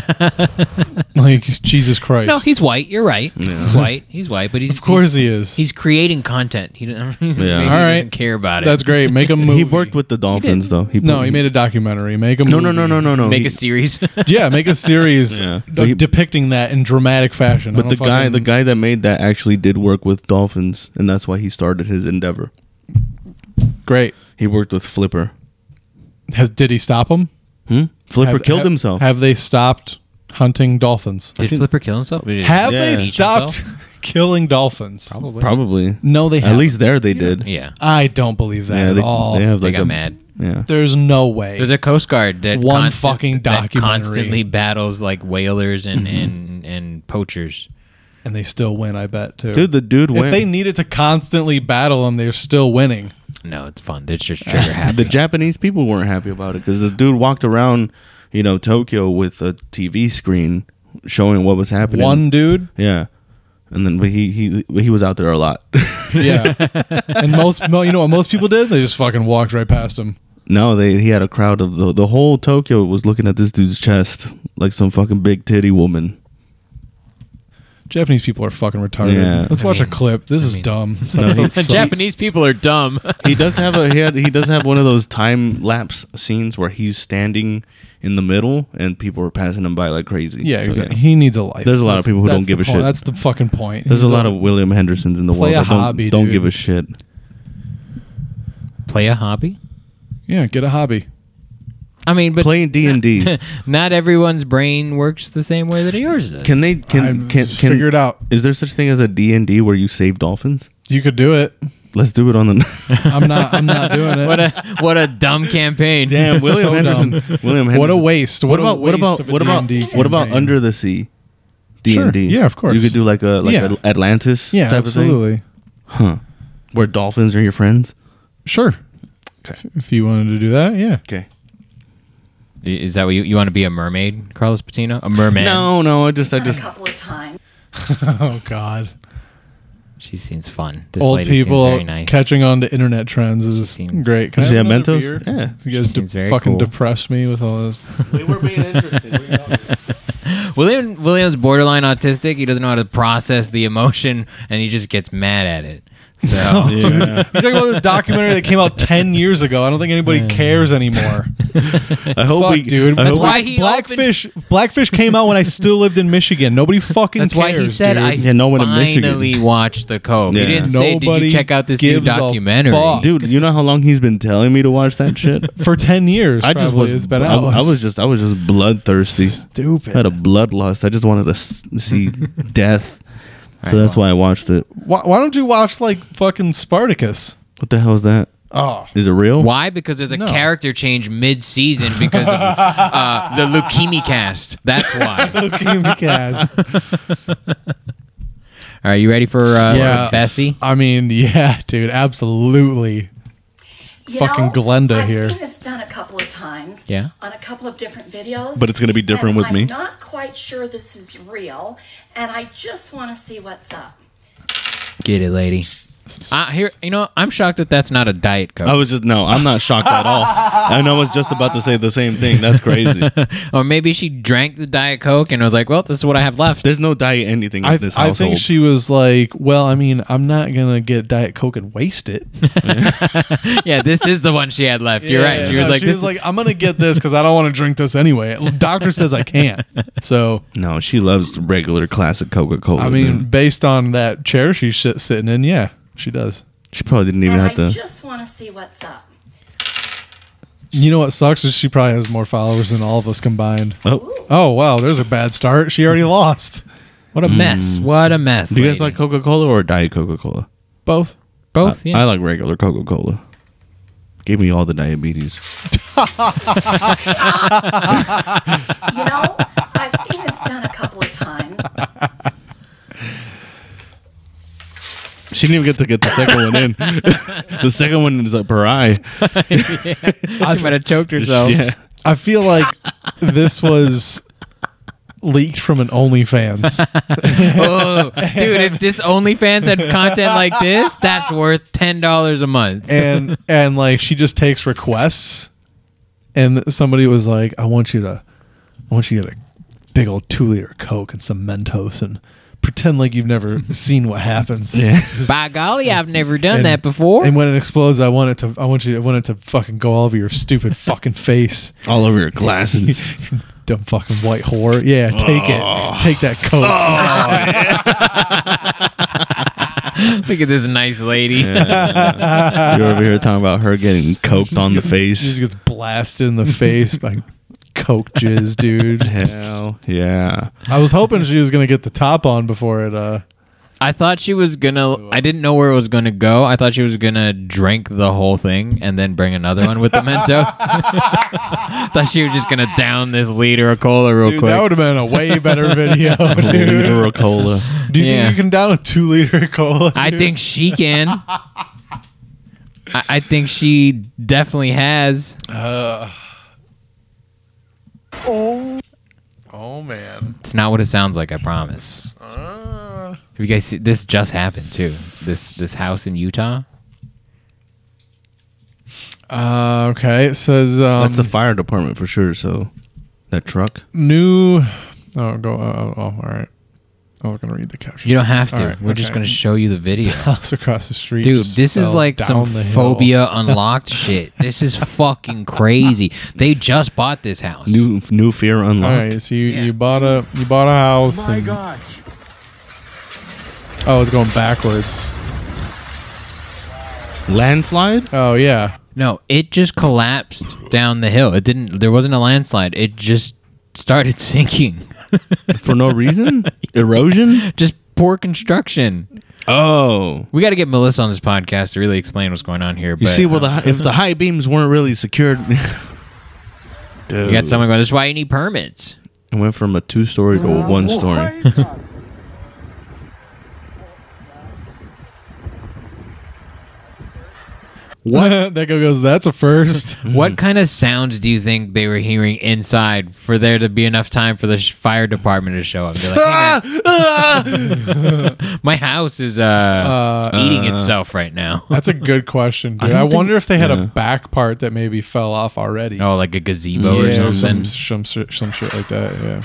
like Jesus Christ.
no, he's white. You're right. He's white. He's white, but he's
of course he is.
He's creating content. He, don't, maybe he
right.
doesn't care about it.
That's great. Make a movie.
he worked with the dolphins though. He
No, he made a documentary. Make a
no
movie.
no no no no no.
Make
He-
a series.
Yeah, make a series
Yeah.
d-
But he-
depicting that in dramatic fashion. I
but the
don't
guy the
fucking-
guy that made that actually did work with dolphins and that's why he started his endeavor.
great
He worked with Flipper.
has did he stop him?
Hmm? Flipper
Have-
killed
have-
himself.
Have they stopped hunting dolphins?
Did Flipper kill himself?
Have they
Yeah.
stopped killing dolphins?
Probably.
Probably.
No, they
At
haven't.
least there they did.
Yeah.
I don't believe that
Yeah,
at
they,
all.
they have
They
like
got
a
mad.
Yeah.
There's no way.
There's a Coast Guard that
One
constant-
fucking
that
documentary.
constantly battles like whalers and and, and poachers.
and they still win, I bet too.
Dude, the dude
if
went.
they needed to constantly battle them, they're still winning.
No, it's fun. It's just trigger happy.
the Japanese people weren't happy about it because the dude walked around, you know, Tokyo with a TV screen showing what was happening.
One dude,
yeah, and then but he he he was out there a lot.
yeah. and most, mo- you know what most people did? They just fucking walked right past him.
no, they he had a crowd of the the whole Tokyo was looking at this dude's chest like some fucking big titty woman.
Japanese people are fucking retarded.
Yeah.
Let's
I
watch a
mean-
clip. This is
mean-
dumb.
The Japanese people are dumb.
He does have a he had, he does have one of those time lapse scenes where he's standing in the middle and people are passing him by like crazy.
yeah,
So,
exactly. He needs a life.
There's a lot of
That's-
people who don't
that's
give
the
a
point.
shit.
That's the fucking point. He
There's a
needs
lot of William Hendersons in the
Play
world. that
a
don't,
hobby,
don't
dude.
give a shit.
Play a hobby.
yeah. Get a hobby.
I mean, but
Playing D and D.
not everyone's brain works the same way that yours does.
Can they can
I'm-
can,
just
can
figure it out.
Is there such thing as a D and D where you save dolphins?
You could do it.
Let's do it on the.
I'm not. I'm not doing it.
What a what a dumb campaign.
Damn, William
So
Henderson.
dumb.
William Henderson.
What a waste.
What
What,
about what about what about what about under the sea? D
Sure,
and D.
yeah, of course.
You could do like a like
Yeah.
a Atlantis
Yeah,
type of
absolutely.
thing, huh? Where dolphins are your friends.
Sure.
Okay.
If you wanted to do that, yeah.
Okay.
Is that what you, you want to be a mermaid, Carlos Patino? A merman?
No, no. I just I
a
just
couple of times.
Oh God.
She seems fun. This
Old
lady seems
people
very nice.
catching on to internet trends is just
Seems-
great. Can I
Is
have
it
another
Mentos?
beer?
Yeah.
You guys
Seems
de-
very
fucking
cool.
depress me with all this.
we were being interesting.
William William's borderline autistic. He doesn't know how to process the emotion, and he just gets mad at it.
Oh,
So
yeah.
You're talking about the documentary that came out ten years ago. I don't think anybody cares anymore.
I hope
Fuck,
we,
dude.
I
That's
hope
why
why
he
Blackfish. Blackfish came out when I still lived in Michigan. Nobody fucking.
that's why he
cares,
said,
dude.
"I
Yeah, no one in Michigan.
finally watched the Cove."
Yeah.
He didn't say, "Did
Nobody
you check out this new
gives a
documentary?"
fuck.
dude. You know how long he's been telling me to watch that shit.
for ten years.
I just
probably,
was.
It's been
I,
out.
I was just. I was just bloodthirsty.
stupid.
I had a bloodlust. I just wanted to s- see death. So that's why I watched it.
Why, why don't you watch like fucking Spartacus?
What the hell is that?
Oh,
Is it real?
Why? Because there's a
No.
character change mid-season because of uh, the leukemia cast. That's why. Are you ready for uh,
yeah,
Bessie?
I mean, yeah, dude, absolutely.
You
Fucking
know,
Glenda
I've
here.
seen this done a couple of times.
Yeah.
On a couple of different videos.
But it's gonna be different
and
with
I'm
me.
not quite sure this is real, and I just want to see what's up.
Get it, lady. Uh, here, you know, I'm shocked that that's not a diet coke,
I was just no. I'm not shocked at all. And I was just about to say the same thing. That's crazy.
Oh.
or maybe she drank the diet coke and was like, "Well, this is what I have left."
There's no diet anything in
I,
this
I
household.
think she was like, "Well, I mean, I'm not gonna get Diet Coke and waste it."
yeah, this is the one she had left. You're right. She was
No,
like,
she
this
was like, "I'm gonna get this because I don't want to drink this anyway." Doctor says I can't. So,
no, she loves regular classic Coca Cola.
I mean, based on that chair she's shit sitting in, yeah, she does.
she probably didn't even
and
have
I
to.
just want to see what's up.
You know what sucks is she probably has more followers than all of us combined.
Oh,
Oh wow, there's a bad start. She already lost.
What a
mm.
mess. What a mess.
do you guys like
lady.
Coca Cola or Diet Coca Cola?
Both.
both? Yeah.
I like regular Coca Cola. Give me all the diabetes.
You know, I've seen this done a couple of times.
She didn't even get to get the second one in. the second one is up her eye.
she might have choked herself.
Yeah.
I feel like this was leaked from an OnlyFans.
Oh, dude, if this OnlyFans had content like this, that's worth ten dollars a month.
and and like she just takes requests and somebody was like i want you to i want you to get a big old two liter coke and some mentos and pretend like you've never seen what happens
By golly, I've never done
And-
that before.
and when it explodes i want it to i want you i want it to fucking go all over your stupid fucking face
All over your glasses.
dumb fucking white whore yeah take
Oh.
it take that coke
Look at this nice lady. Oh,
You're over here talking about her getting coked on the
she just
face.
gets blasted in the face by coke jizz dude
Hell yeah.
i was hoping she was gonna get the top on before it uh
I thought she was gonna. I didn't know where it was gonna go. I thought she was gonna drink the whole thing and then bring another one with the Mentos. thought she was just gonna down this liter of cola real
Dude,
quick.
that would have been a way better video, dude.
Liter of cola.
Do you
Yeah.
think you can down a two liter cola?
I
dude?
think she can. I, I think she definitely has.
Oh man.
It's not what it sounds like. I promise.
Uh.
Have you guys see, this just happened too? This this house in Utah.
Uh, okay, it says um,
That's the fire department for sure. So that truck.
new. Oh, go. Oh, oh, all right. I was gonna read the caption.
You don't have to.
All right,
We're just
okay.
gonna show you the video.
House across the street.
Dude,
just
this is
fell
like
down
some
the hill.
phobia unlocked shit. This is fucking crazy. They just bought this house.
New new fear
All
unlocked.
right, so you,
Yeah.
you bought a you bought a house. My gosh. Oh, it's going backwards.
Landslide.
Oh yeah.
no, it just collapsed down the hill. It didn't. There wasn't a landslide. It just started sinking.
for no reason? Erosion?
Just poor construction.
Oh.
We got to get Melissa on this podcast to really explain what's going on here.
You
but,
see, well,
uh,
the, hi- if the high beams weren't really secured. Dude.
you got someone going. That's why you need permits.
It went from a two story to a one story.
What? that guy goes. That's a first.
What kind of sounds do you think they were hearing inside for there to be enough time for the sh- fire department to show up? They're like, "Hang on." my house is uh, eating itself right now.
That's a good question, dude.
don't
I,
think-
wonder if they had
yeah.
a back part that maybe fell off already.
Oh, like a gazebo
yeah,
or something.
Some, some, some shit like that. Yeah.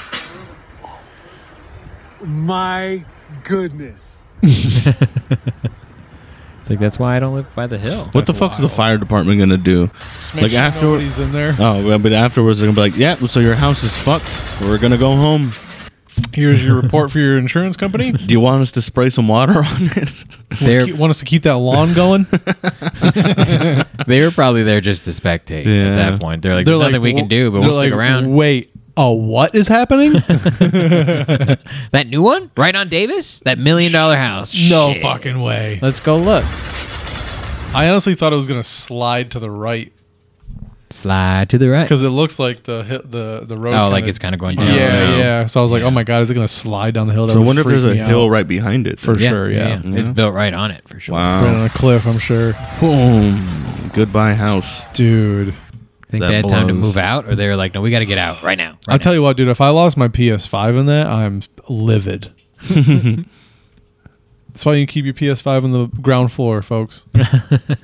My goodness.
It's like that's why I don't live by the hill.
What the fuck's the fire department gonna do? Like after,
he's in there.
oh, well, but afterwards they're gonna be like, yeah, so your house is fucked. We're gonna go home.
Here's your report for your insurance company.
Do you want us to spray some water on it?
They're
Keep- want us to keep that lawn going?
they were probably there just to spectate
Yeah.
at that point. They're like, there's nothing we can do, but
they're
we'll stick
like,
around.
Wait, a what is happening?
that new one, right on Davis, that million dollar house.
no
Shit.
fucking way.
Let's go look.
I honestly thought it was gonna slide to the right
Slide to the right.
because it looks like the hi- the the road.
Oh, like
kinda-
it's kind of going down.
Yeah, yeah,
Yeah.
So I was like, oh my god, is it gonna slide down the hill? That
So I
would
wonder if
freak
there's a
me out.
hill right behind it.
For sure, yeah.
It's built right on it for sure.
Right
Wow.
on a cliff, I'm sure,
Boom. Goodbye, house.
dude.
Think
That
they had time to
blows.
move out, or they were like, "No, we got to get out right now."
I'll tell you what, dude. If I lost my PS5 in that, I'm livid. That's why you keep your PS5 on the ground floor, folks.
you,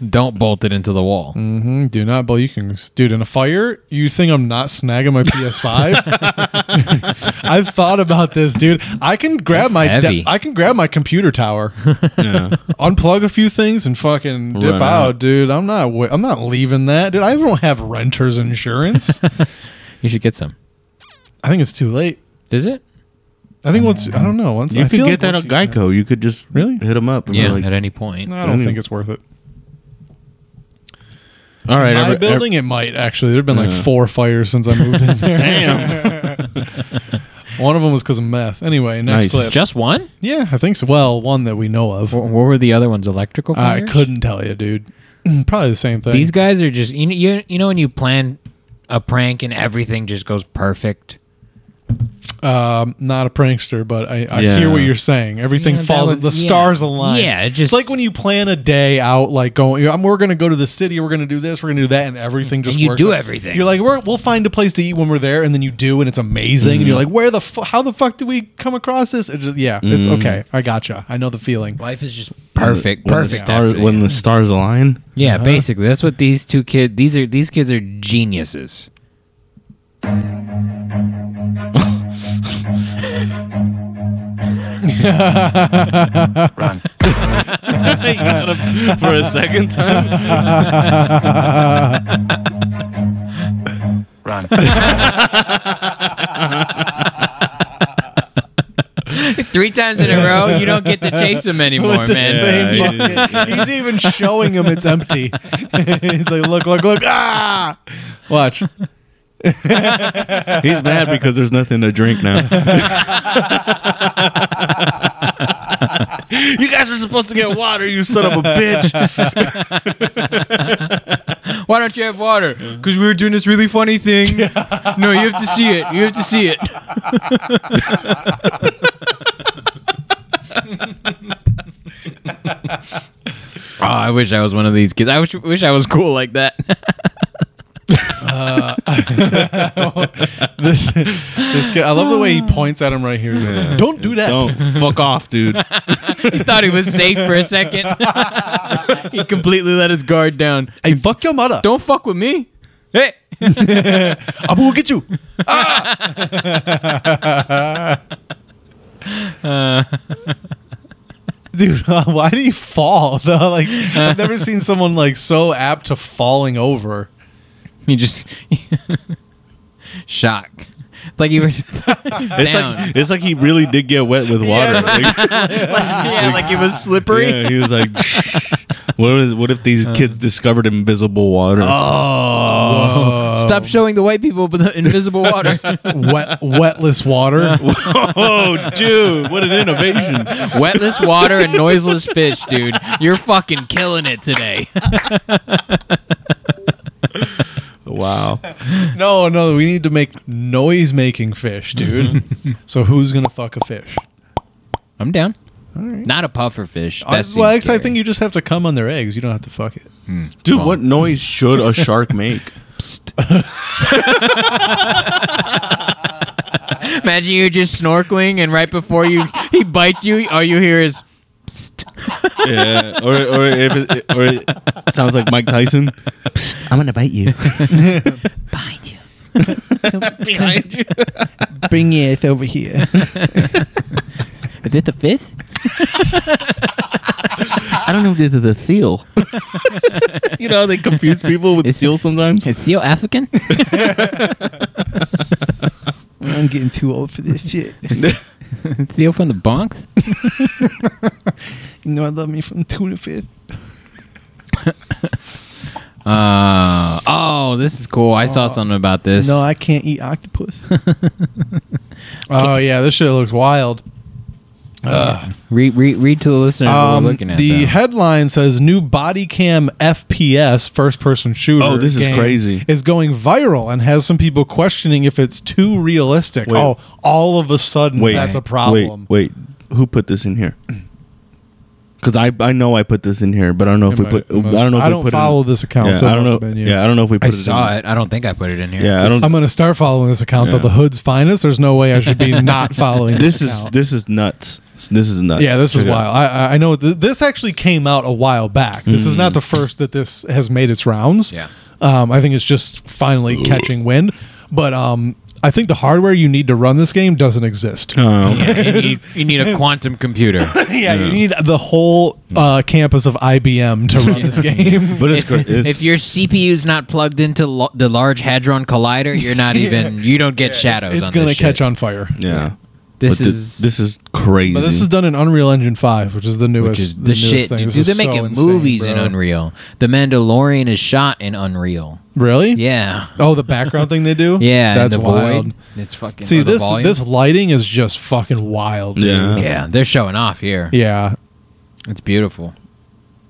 don't bolt it into the wall.
Mm, do not, but you can, dude. In a fire, you think I'm not snagging my PS5? I've thought about this, dude. I can grab my,
heavy.
de- I can grab my computer tower,
Yeah.
unplug a few things, and fucking dip
Right.
out, dude. I'm not, wa- I'm not leaving that, dude. I don't have renter's insurance.
You should get some.
I think it's too late.
Is it?
I think once, I don't know. Once
You
I
could
feel
get
like
that at
once you-
Geico. You could just
Really?
hit them up. And be
Yeah.
like,
At any point.
No, I don't think it's worth it.
All right,
My
every-
building, it might actually. There've been like four fires since I moved in there.
Damn.
One of them was because of meth. Anyway, next
Nice.
clip.
Just one?
yeah, I think so. Well, one that we know of.
What were the other ones? Electrical
I
fires?
couldn't tell you, dude. Probably the same thing.
These guys are just you know, you, you know when you plan a prank and everything just goes perfect.
um, not a prankster, but I, I
Yeah.
hear what you're saying. Everything
Yeah, that
falls,
was-
the
yeah.
stars align.
Yeah, it
it's
just-
like when you plan a day out, like going, I'm, we're going to go to the city, we're going to do this, we're going to do that, and everything just
you
works
do
out.
everything.
You're like, we're, we'll find a place to eat when we're there, and then you do, and it's amazing. And
Mm-hmm.
you're like, where the fu- how the fuck did we come across this? It just yeah, it's
Mm-hmm.
okay. I gotcha. I know the feeling.
Life is just perfect,
When the
perfect.
star-
after
when
that.
the stars align.
yeah,
Uh-huh.
basically that's what these two kids. These are these kids are geniuses.
I got him for a second time.
Three times in a row, you don't get to chase them anymore,
With the
man.
same
Yeah,
bucket. He's even showing him it's empty. He's like, look, look, look. Ah! Watch.
He's mad because there's nothing to drink now. you guys were supposed to get water, you son of a bitch.
Why don't you have water? Because we were doing this really funny thing. no, you have to see it. You have to see it. oh, I wish I was one of these kids. I wish, wish I was cool like that.
this this guy, I love the
Ah.
way he points at him right here. He's like, Don't do that.
Don't fuck off, dude.
he thought he was safe for a second. he completely let his guard down.
Hey, fuck your mother.
Don't fuck with me. Hey.
I'm gonna get you. Ah! Dude, why do you fall? though? like I've never seen someone like so apt to falling over.
He just shock. It's like he was
It's
down.
like it's like he really did get wet with water. Like,
yeah, like it was slippery.
yeah, he was like, what if, what if these kids discovered invisible water?
Uh,
Stop showing the white people the invisible water.
Wet, wetless water.
oh, dude, what an innovation.
Wetless water and noiseless fish, dude. You're fucking killing it today.
Wow.
No, no, we need to make noise-making fish, dude. so who's gonna fuck a fish?
I'm down. Not a puffer fish. That
I,
seems
Uh, well, actually, I
scary.
think you just have to come on their eggs. You don't have to fuck it.
Dude, what noise should a shark make?
Imagine you're just snorkeling, and right before you he bites you, all you hear is psst.
Yeah, or or if it, or it sounds like Mike Tyson. I'm gonna bite you.
behind you. behind you.
Bring it over here.
Is it the fifth?
I don't know if this is a seal. you know how they confuse people with seal sometimes.
Is Seal African?
I'm getting too old for this shit.
Seal from the Bronx?
You know, I love me from two to fifth.
Uh, oh, this is cool. I saw something about this.
No, I can't eat octopus. oh yeah, this shit looks wild.
Read, read, read to the listener
Oh,
what
Um,
we're looking at.
the
though.
headline says new body cam FPS first person shooter.
Oh, this is
game
crazy.
Is going viral and has some people questioning if it's too realistic.
Wait.
Oh, all of a sudden
Wait,
that's a problem.
Wait, wait, who put this in here? Because I I know I put this in here, but I don't know if we put. I don't know if
I
we
don't
put
follow
it.
this
In,
account.
yeah,
so it
I don't
must
know.
have been you.
Yeah, I don't know if we put
I
it.
saw
in.
it. I don't think I put it in here.
Yeah, I don't.
I'm gonna start following this account. though.
Yeah.
The hood's finest. There's no way I should be not following. This,
this is
account.
this is nuts. This is nuts.
Yeah, this is
Check it out.
wild. I- I, I know th- this actually came out a while back. This is not the first that this has made its rounds.
Mm. Yeah.
um, I think it's just finally catching wind. But um, I think the hardware you need to run this game doesn't exist.
Um,
you, need, you need a quantum computer.
yeah, you need the whole
Mm.
uh, campus of IBM to run this game.
But it's, great. it's
if your CPU's not plugged into lo- the Large Hadron Collider, you're not even. You don't get shadows.
it's
on
gonna
this
catch
shit.
on fire.
yeah. but
This
thi-
is
this is crazy.
But this is done in Unreal Engine Five, which is the newest.
Mm-hmm. which is the, shit.
newest thing.
Dude,
This
Dude,
is
they're
so
making
insane,
movies in
bro.
Unreal. The Mandalorian is shot in Unreal.
Really?
Yeah.
Oh, the background thing they do.
Yeah,
that's
the
wild.
void. It's fucking
See
or the
this
volume.
this lighting is just fucking wild. dude.
yeah.
Yeah, they're showing off here.
Yeah.
It's beautiful.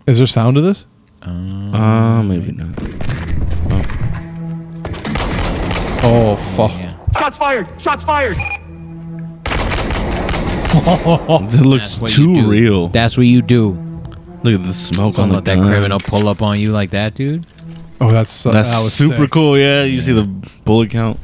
Is there sound to this?
Uh, maybe not.
Oh fuck.
Yeah.
Shots fired! Shots fired!
It looks
That's what you
too
do.
real.
That's what you do.
Look at the smoke on
Don't
the
let that
gun.
criminal pull up on you like that, dude.
Oh, that's uh,
That's
that was
super
sick.
cool. Yeah, you see the bullet count.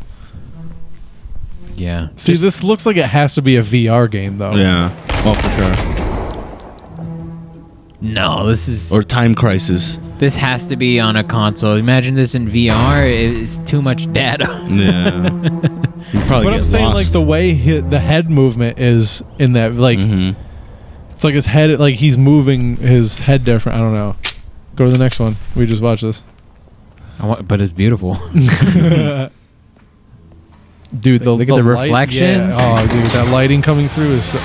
Yeah.
See, this looks like it has to be a VR game though.
Yeah. Oh, for
No, this is
sure. Or time crisis.
this has to be on a console. Imagine this in VR. It's too much data.
Yeah. you probably
But
get
I'm saying
lost.
like the way he, the head movement is in that like
Mhm.
it's like his head like he's moving his head different. I don't know. Go to the next one. We just watched this.
I want, but it's beautiful.
Dude, the
Look at the
light-
reflections.
yeah. Oh, dude, that lighting coming through is so-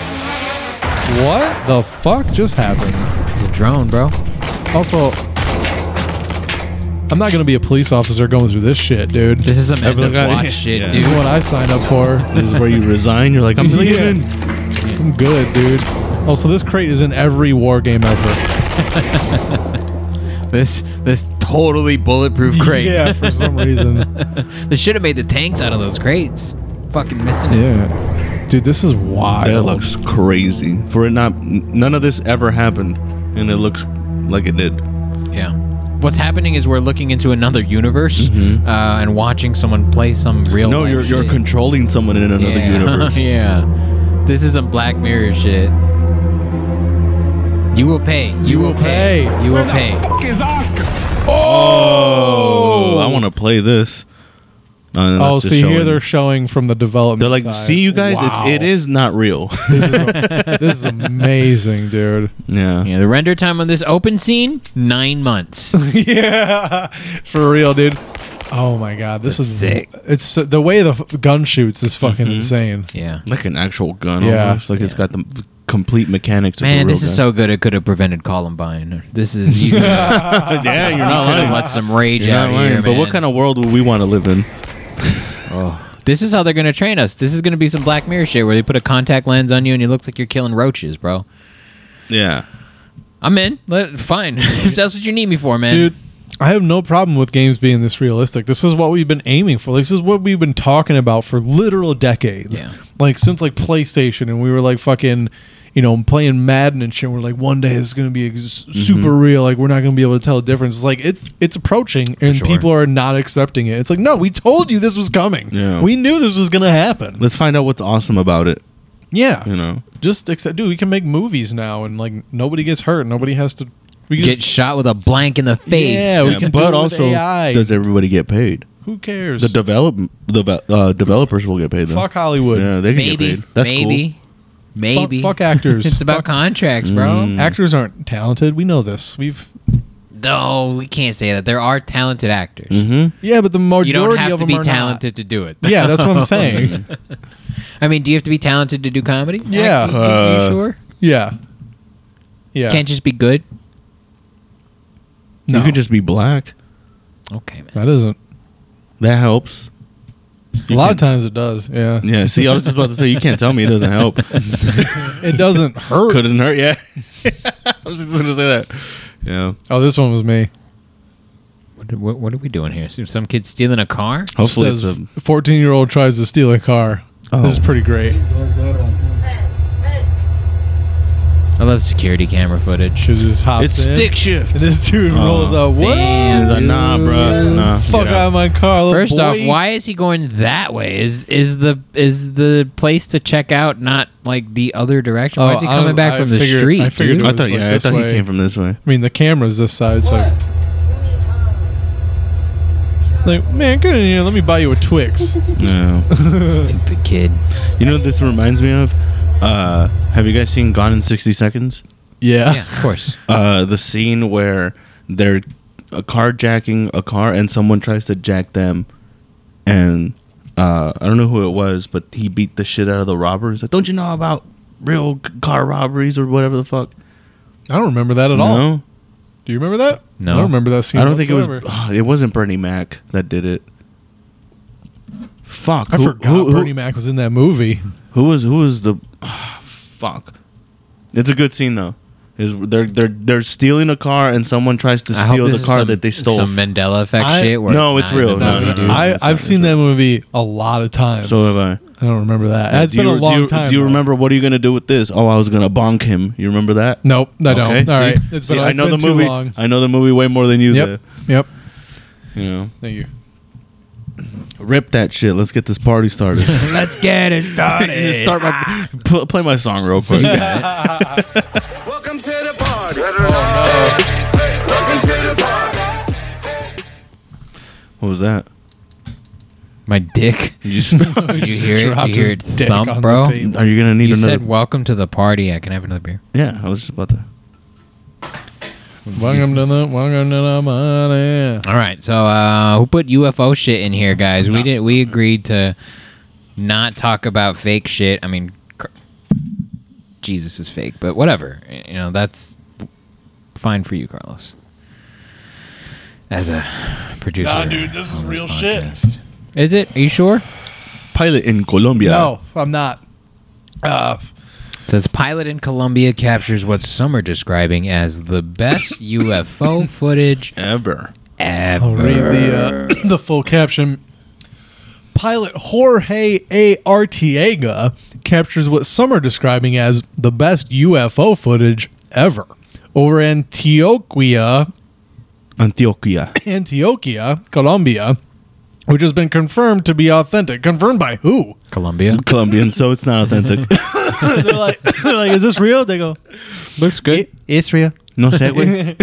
What the fuck just happened?
it's a drone, bro.
Also, I'm not gonna be a police officer going through this shit, dude.
This is some end
Everyone
of
got-
watch shit,
yeah.
This is
dude.
what I signed up for.
This is where you resign. You're like, I'm
Yeah.
leaving.
I'm good, dude. Also, this crate is in every war game ever.
This this totally bulletproof crate.
Yeah, for some reason.
They should have made the tanks out of those crates. Fucking missing it.
Yeah, dude, this is wild.
That looks crazy. For it not, n- none of this ever happened, and it looks like it
Oh,
did.
Yeah. What's happening is we're looking into another universe uh, and watching someone play some real.
Mm-hmm. No,
life
you're you're
shit.
controlling someone in another
yeah.
universe.
yeah. This is some Black Mirror shit. You will pay. You, will pay. You will pay.
Is Oscar!
Oh, I want to play this. Uh, that's
Oh,
just
see here
showing-
they're showing from the development.
they're like,
side.
see you guys, it's it
Wow.
is not real.
This is, a- this is amazing, dude.
yeah.
Yeah, the render time on this open scene nine months.
yeah, for real, dude. Oh my god, this
That's
is
sick. Mm-hmm.
It's uh, the way the f- gun shoots is fucking insane.
yeah.
like an actual gun.
Yeah.
almost. like it's got the the complete mechanics.
Man,
of a real
this is
gun.
so good. It could have prevented Columbine. This is you.
yeah. You're not
Could've
lying.
let some rage
You're
out
not lying.
here,
but what
man.
kind of world would we want to live in?
This is how they're gonna train us. This is gonna be some Black Mirror shit where they put a contact lens on you and you look like you're killing roaches, bro.
Yeah.
I'm in. Let, fine, if that's what you need me for, man.
Dude, I have no problem with games being this realistic. This is what we've been aiming for. Like, this is what we've been talking about for literal decades.
Yeah.
Like since like PlayStation, and we were like fucking, you know, playing Madden and shit. We're like, one day it's gonna be ex-
Mm-hmm.
super real. Like we're not gonna be able to tell the difference. It's like it's it's approaching, and
sure.
people are not accepting it. It's like, no, we told you this was coming.
Yeah.
We knew this was gonna happen.
Let's find out what's awesome about it.
yeah.
You know.
just accept, dude. We can make movies now, and like nobody gets hurt. Nobody has to. We
get
just,
shot with a blank in the face.
Yeah, Oh, we can do it
but
with
also,
AI.
does everybody get paid?
who cares?
The develop the ve- uh, developers will get paid though.
fuck Hollywood.
Yeah, they can get
maybe,
paid. That's
maybe, maybe.
Fuck, fuck actors.
It's about
Fuck-
contracts, bro.
Mm.
actors aren't talented. We know this. We've
No, we can't say that. There are talented actors.
cool. Mm-hmm.
yeah, but the majority
You don't have
of
to
them
be
are
talented to do it.
Not. Yeah, that's what I'm saying.
I mean, do you have to be talented to do comedy?
Yeah.
Act- you-
Uh,
you sure?
yeah, yeah.
Can't just be good.
no,
You could just be black.
Okay, man.
that isn't.
That helps.
A lot of times it does. Yeah,
Yeah. See, I was just about to say you can't tell me it doesn't help.
it doesn't hurt.
Couldn't hurt. Yeah. I was just gonna say that. Yeah.
Oh, this one was me.
What, what, what are we doing here? Some kid stealing a car?
Hopefully, it's
Says
a Oh.
14 year old tries to steal a car. This is pretty great.
I love security camera footage.
She just hops
It's
in,
stick Oh. shift.
And this dude rolls up. What?
Damn,
He's like, nah, bruh, nah,
Fuck
get
out.
out."
of my car. little
First off,
boy.
why is he going that way? Is is the is the place to check out not like the other direction? Why
Oh,
is he
I
coming
don't-
back
I
from the
figured-
street?
I figured
dude?
I
It was
thought,
like
yeah, I
this
thought
way.
he came from this way.
I mean, the camera's this side, so I- like, man, get in here. Let me buy you a Twix.
No.
Stupid kid.
you know what this reminds me of? Uh, have you guys seen Gone in 60 Seconds?
Yeah, of course.
Uh, the scene where they're uh, carjacking a car and someone tries to jack them and uh, I don't know who it was, but he beat the shit out of the robber. He's like, "Don't you know about real c- car robberies or whatever the fuck?"
I don't remember that at all.
No,
Do you remember that?
No.
I don't remember that scene.
I don't think it was.
whatsoever.
ah, it wasn't Bernie Mac that did it. Fuck.
I forgot
who,
Bernie Mac was in that movie.
Who was who was the? ah, fuck. It's a good scene though. Is they're they're they're stealing a car and someone tries to
I hope
steal
this
the
is
car
some-
that they stole.
Some Mandela effect
I-
shit. Where
No,
it's,
it's
not
real.
in the
No,
movie,
no, no,
dude.
no.
I, I've seen that movie a lot of times.
so have I.
I don't remember that. It's
do
been
you,
a long
do you,
time.
Do you
though.
remember what are you gonna do with this? Oh, I was gonna bonk him. You remember that?
Nope, I don't.
Okay,
All
see?
right, it's
See,
been,
I
it's
know
been
the
too
movie.
long.
I know the movie way more than you
Yep, yep.
do. You know,
Thank you.
rip that shit. Let's get this party started.
Let's get it started.
Just Start my pl- play my song real quick.
Welcome to the party.
Oh,
Welcome to the party.
what was that?
My dick.
You just- are
You hear it?
dropped
You hear
his
it
dick on
thump,
the
bro?
table.
You
you gonna need another?
said, "Welcome to the party." I can have another beer.
yeah, I was just about to.
Welcome to the welcome to the money.
All right, so uh, who put UFO shit in here, guys? We did. We agreed to not talk about fake shit. I mean, cr- Jesus is fake, but whatever. You know, that's fine for you, Carlos. As a producer,
Nah, dude, this is
on
real shit.
podcast. Is it? Are you sure?
Pilot in Colombia.
No, I'm not. Uh,
It says pilot in Colombia captures what some are describing as the best UFO footage
ever.
ever.
I'll read the uh, the full caption. Pilot Jorge A. Artiega captures what some are describing as the best UFO footage ever over Antioquia,
Antioquia.
Antioquia, Colombia, which has been confirmed to be authentic. Confirmed by who?
Colombia
Colombian, so it's not authentic.
They're like, they're like, is this real? They go,
Looks
"I- it's real.
No sé, güey.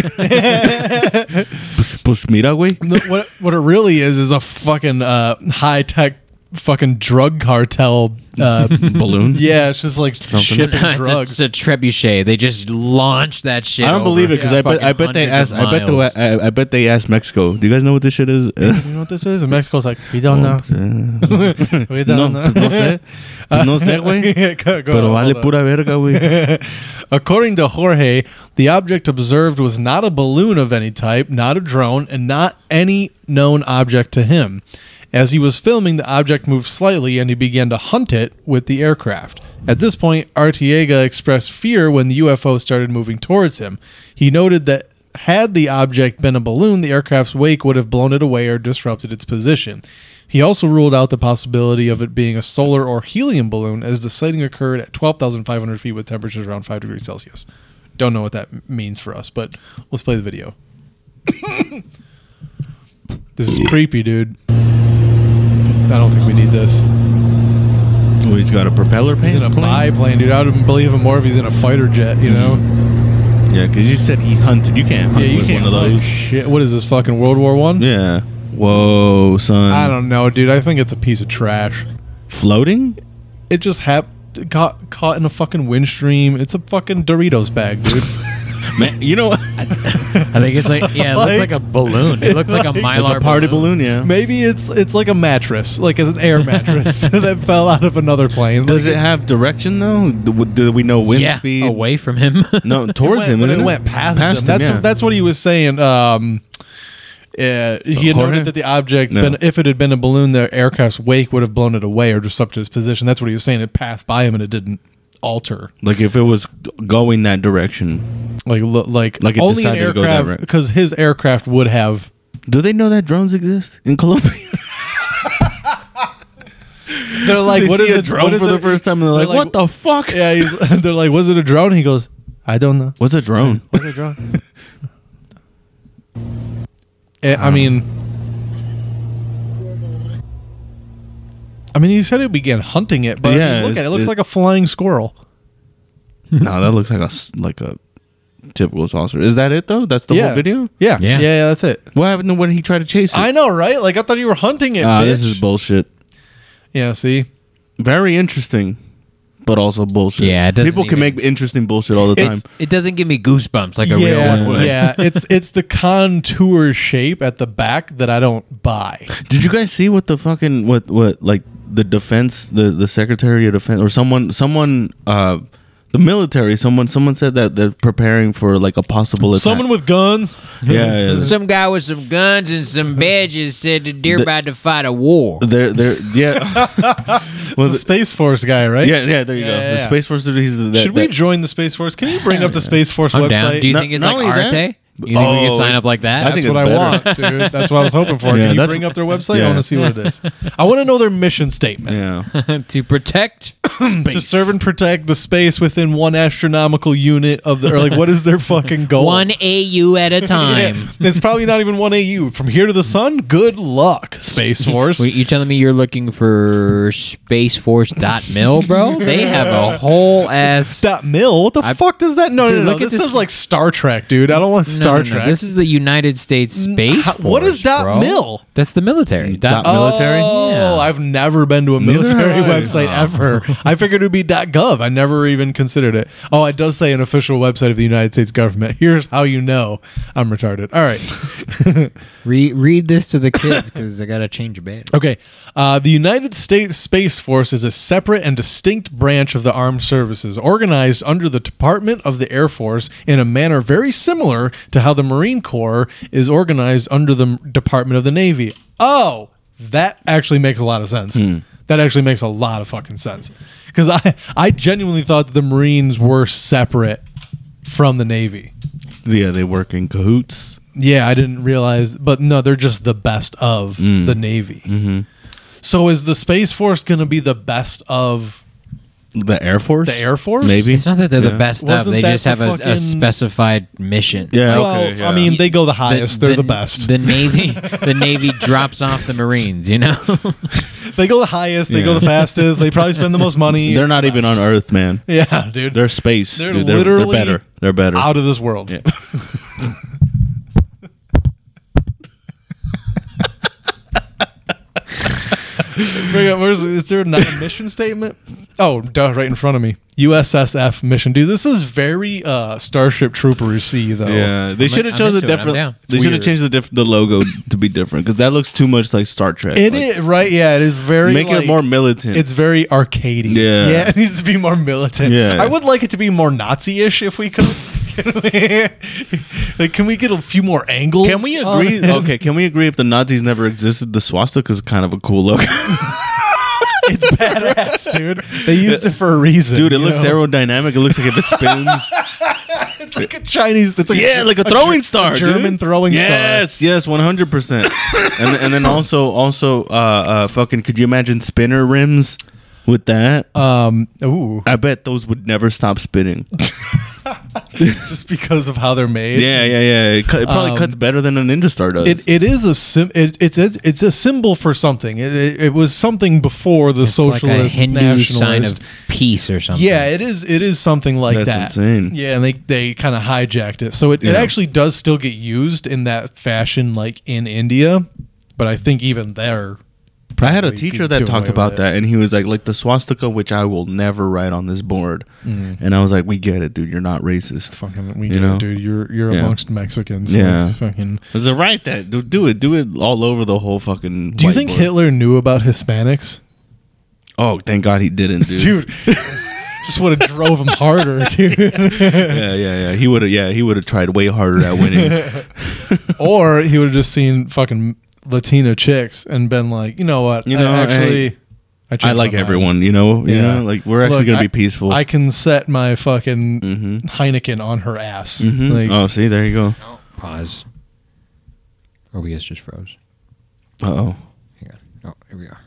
pues, pues mira, güey.
No, what what it really is is a fucking uh, high tech fucking drug cartel. Uh,
Balloon.
yeah, it's just like shipping
It's a-
drugs.
It's a, trebuchet. They just launched that shit.
I don't believe it because
Yeah,
I bet I bet they asked I bet the way- I, I bet they asked Mexico. Do you guys know what this shit is? Eh,
you know what this is? And Mexico's like, we don't know. We
uh, no,
don't
pues no
know.
sé, Pues no sé, güey.
Yeah, go- go,
Pero
hold
vale
on.
pura verga, güey.
According to Jorge, the object observed was not a balloon of any type, not a drone, and not any known object to him. As he was filming, the object moved slightly and he began to hunt it with the aircraft. At this point, Artiega expressed fear when the UFO started moving towards him. He noted that had the object been a balloon, the aircraft's wake would have blown it away or disrupted its position. He also ruled out the possibility of it being a solar or helium balloon, as the sighting occurred at 12,500 feet with temperatures around 5 degrees Celsius. Don't know what that m- means for us, but let's play the video. this is creepy, dude. I don't think we need this.
Oh, he's got a propeller
He's
plane.
in a biplane, dude. I would believe him more if he's in a fighter jet, you know?
Yeah, because you said he hunted. You can't hunt
Yeah, you
with
can't.
one of
like,
those.
Shit, what is this fucking World War One?
Yeah. Whoa, son.
I don't know, dude. I think it's a piece of trash.
Floating?
It just happened. Got caught in a fucking windstream. It's a fucking Doritos bag, dude.
Man, you know,
I think it's like yeah, it looks like a balloon. It looks like a mylar
a party balloon. Yeah.
Maybe it's it's like a mattress, like an air mattress that fell out of another plane.
Does
Like,
it have direction though? Do do we know wind
Yeah,
speed?
away from him.
No, towards
went,
him.
when
isn't
Oh, it went past, him. That's
yeah.
that's what he was saying. Um, uh, he had
Jorge?
noted that the object,
No.
been, if it had been a balloon, the aircraft's wake would have blown it away or disrupted its position. That's what he was saying. It passed by him and it didn't alter.
like if it was going that direction.
Like lo- like,
Like it
only an
decided to go that
aircraft
route.
because his aircraft would have
Do they know that drones exist in Colombia?
They're like,
They
what
see
is
a
it-
drone
what is
for the
it-
first time and they're like, "What the fuck?"
Yeah, he's, they're like, was it a drone? He goes, I don't know.
What's a drone?
What's a drone? Eh, I mean, I mean, you said it began hunting it, but I mean,
Yeah,
look at it. It
it's-
looks
it-
like a flying squirrel.
no, that looks like a s- like a typical saucer. Is that it though? That's the
yeah.
whole video.
Yeah.
Yeah.
yeah, yeah, that's it.
What happened when he tried to chase it?
I know, right? Like I thought you were hunting it.
Ah, this
bitch.
is bullshit.
yeah. See,
Very interesting. but also bullshit.
Yeah, it doesn't
people can
even-
make interesting bullshit all the time.
It's- it doesn't give me goosebumps like a
yeah,
real one would.
yeah. It's it's the contour shape at the back that I don't buy.
Did you guys see what the fucking what what like the defense the the secretary of defense or someone someone uh the military someone someone said that they're preparing for like a possible attack.
Someone with guns.
yeah, yeah.
Some guy with some guns and some badges said that they're
The-
about to fight a war.
They're they're yeah
It's the Space Force guy, right?
yeah yeah there you go
Yeah, yeah,
the
yeah.
space force dude, he's that,
Should we
that-
join the Space Force? Can you bring up the Space Force
I'm
website?
down. Do you
Not-
think it's
not
like
only that-
Arte? You think we
Oh,
can sign up like that?
I
That's
think
what
it's
I
better.
want, dude. That's what I was hoping for.
Yeah,
Can you
that's-
bring up their website? I
yeah.
want to see what it is. I want to know their mission statement.
yeah
to protect.
To serve and protect the space within one astronomical unit of the, or like, what is their fucking goal?
One AU at a time.
It's probably not even one AU. From here to the sun, good luck, Space Force.
Wait, you telling me you're looking for spaceforce.mil, bro? They have a whole ass.
Dot mil? What the
I-
fuck does that? No,
Dude,
no, no.
look at
this,
this-
is like Star Trek, dude. I don't want
No,
Star
no, no,
Trek.
This is the United States Space
how-
Force.
what is dot
bro.
mil?
That's the military. Dot,
Dot-
mil.
military?
Oh,
Yeah.
I've never been to a
Neither Oh.
military
have I.
website ever. I figured it would be .gov. I never even considered it. Oh, it does say an official website of the United States government. Here's how you know I'm retarded. All right.
Re- read this to the kids because I got to change a bit.
Okay. Uh, the United States Space Force is a separate and distinct branch of the armed services, organized under the Department of the Air Force in a manner very similar to how the Marine Corps is organized under the M- Department of the Navy. Oh, that actually makes a lot of sense. That actually makes a lot of fucking sense. Because I, I genuinely thought that the Marines were separate from the Navy.
yeah they work in cahoots
Yeah, I didn't realize, but no, they're just the best of
Mm.
the Navy.
Mm-hmm.
So is the Space Force going to be the best of?
the air force
The Air Force?
maybe
It's not that they're
Yeah.
the best of.
Wasn't
They
that
just
the
have a,
fucking-
a specified mission.
yeah
well,
okay, yeah.
I mean, they go the highest. they're the best.
The Navy, the Navy drops off the Marines. You know,
they go the highest. They go
Yeah.
the fastest. They probably spend the most money.
they're not even on earth man
Yeah, dude.
they're space
They're
dude. they're,
literally
they're better they're better
out of this world.
Yeah.
Bring up- where's- is there not a mission statement? Oh, duh, right in front of me. USSF mission. Dude, this is very uh, Starship Troopers see though.
Yeah, they should have
I'm
chosen a
into it. I'm
different.
down.
They
It's
should have
weird.
changed the diff- the logo to be different because that looks too much like Star Trek.
It
Like,
is- right? Yeah, it is very
Make
like-
it more militant.
It's very arcadey.
Yeah.
yeah, it needs to be more militant.
Yeah.
I would like it to be more Nazi-ish if we could. Can we, like, can we get a few more angles?
can we
on
agree?
it?
okay, can we agree if the Nazis never existed, the swastika is kind of a cool look,
it's badass, dude. They used it for a reason,
dude. It
you
looks
know?
aerodynamic. It looks like if it spins,
It's like a Chinese. It's like
yeah,
a,
like a
Ger-
throwing star,
German
dude.
throwing
yes,
star.
Yes, yes, one hundred percent. And and then also also uh, uh fucking could you imagine spinner rims with that?
Um, ooh,
I bet those would never stop spinning.
just because of how they're made.
Yeah, yeah, yeah. It, cut, it probably
Um,
cuts better than a ninja star does.
It, it is a sim- it, it's it's it's a symbol for something. It, it, it was something before the
it's
socialist
like a Hindu
nationalist.
sign of peace or something.
Yeah, it is. It is something like
That's
that.
insane.
Yeah, and they they kind of hijacked it, so it,
Yeah.
it actually does still get used in that fashion, like in India. But I think even there,
I had a
probably
teacher
could
that
do
talked
away with
about
it.
that, and he was like, like the swastika, which I will never write on this board. And I was like, we get it, dude. You're not racist.
Mm-hmm. fucking we
You
get it,
know?
dude. You're you're
Yeah.
amongst Mexicans.
Yeah.
Like, fucking.
I was like, write that. Do, do it. Do it all over the whole fucking.
Do you think
whiteboard.
Hitler knew about Hispanics?
Oh, thank God he didn't, dude.
Dude, just would have drove him harder, dude.
Yeah, yeah, yeah. He would have. Yeah, he would have tried way harder at winning.
or he would have just seen fucking Latino chicks and been like, you know what?
You
I
know,
actually,
hey,
I,
I
changed
like
my mind."
everyone. You know. You know. Like we're actually
Look,
gonna
I-
be peaceful.
I can set my fucking
Mhm.
Heineken on her ass.
Mhm.
Like,
oh, see, there you go.
Pause. Or we guys just froze.
Uh oh.
Hang on. Oh, here we are.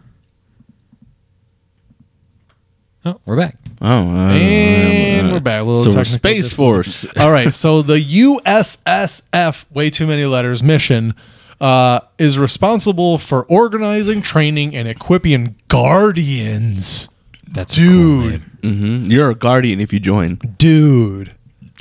Oh, we're back.
Oh. uh,
And
uh,
we're back. A little
So we're
technical
Space
difficulty.
Force.
All right, so the USSF, way too many letters mission, uh, is responsible for organizing, training, and equipping guardians.
That's
Dude.
Cool, man.
hmm You're a guardian if you join.
Dude,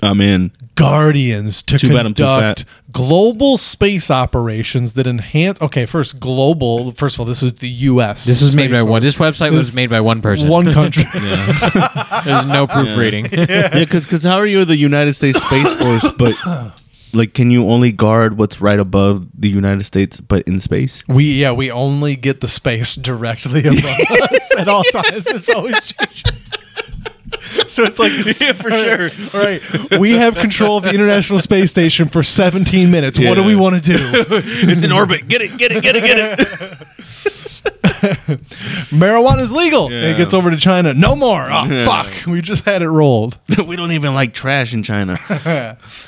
I'm in.
guardians to
Too bad I'm
conduct
too fat.
global space operations that enhance. Okay, first global. First of all, this is the U.S.
This was made
Space
by one.
Force.
This website was
This-
made by one person.
one country.
There's no proofreading.
yeah, because how are you the United States Space Force, but like, can you only guard what's right above the United States, but in space?
We yeah, we only get the space directly above us at all times. It's always changing. So it's like yeah, for sure. All right, we have control of the International Space Station for 17 minutes. What do
Yeah.
we want to do?
It's in orbit. Get it. Get it. Get it. Get it.
Marijuana is legal.
Yeah.
It gets over to China. No more. Oh fuck, we just had it rolled.
we don't even like trash in China.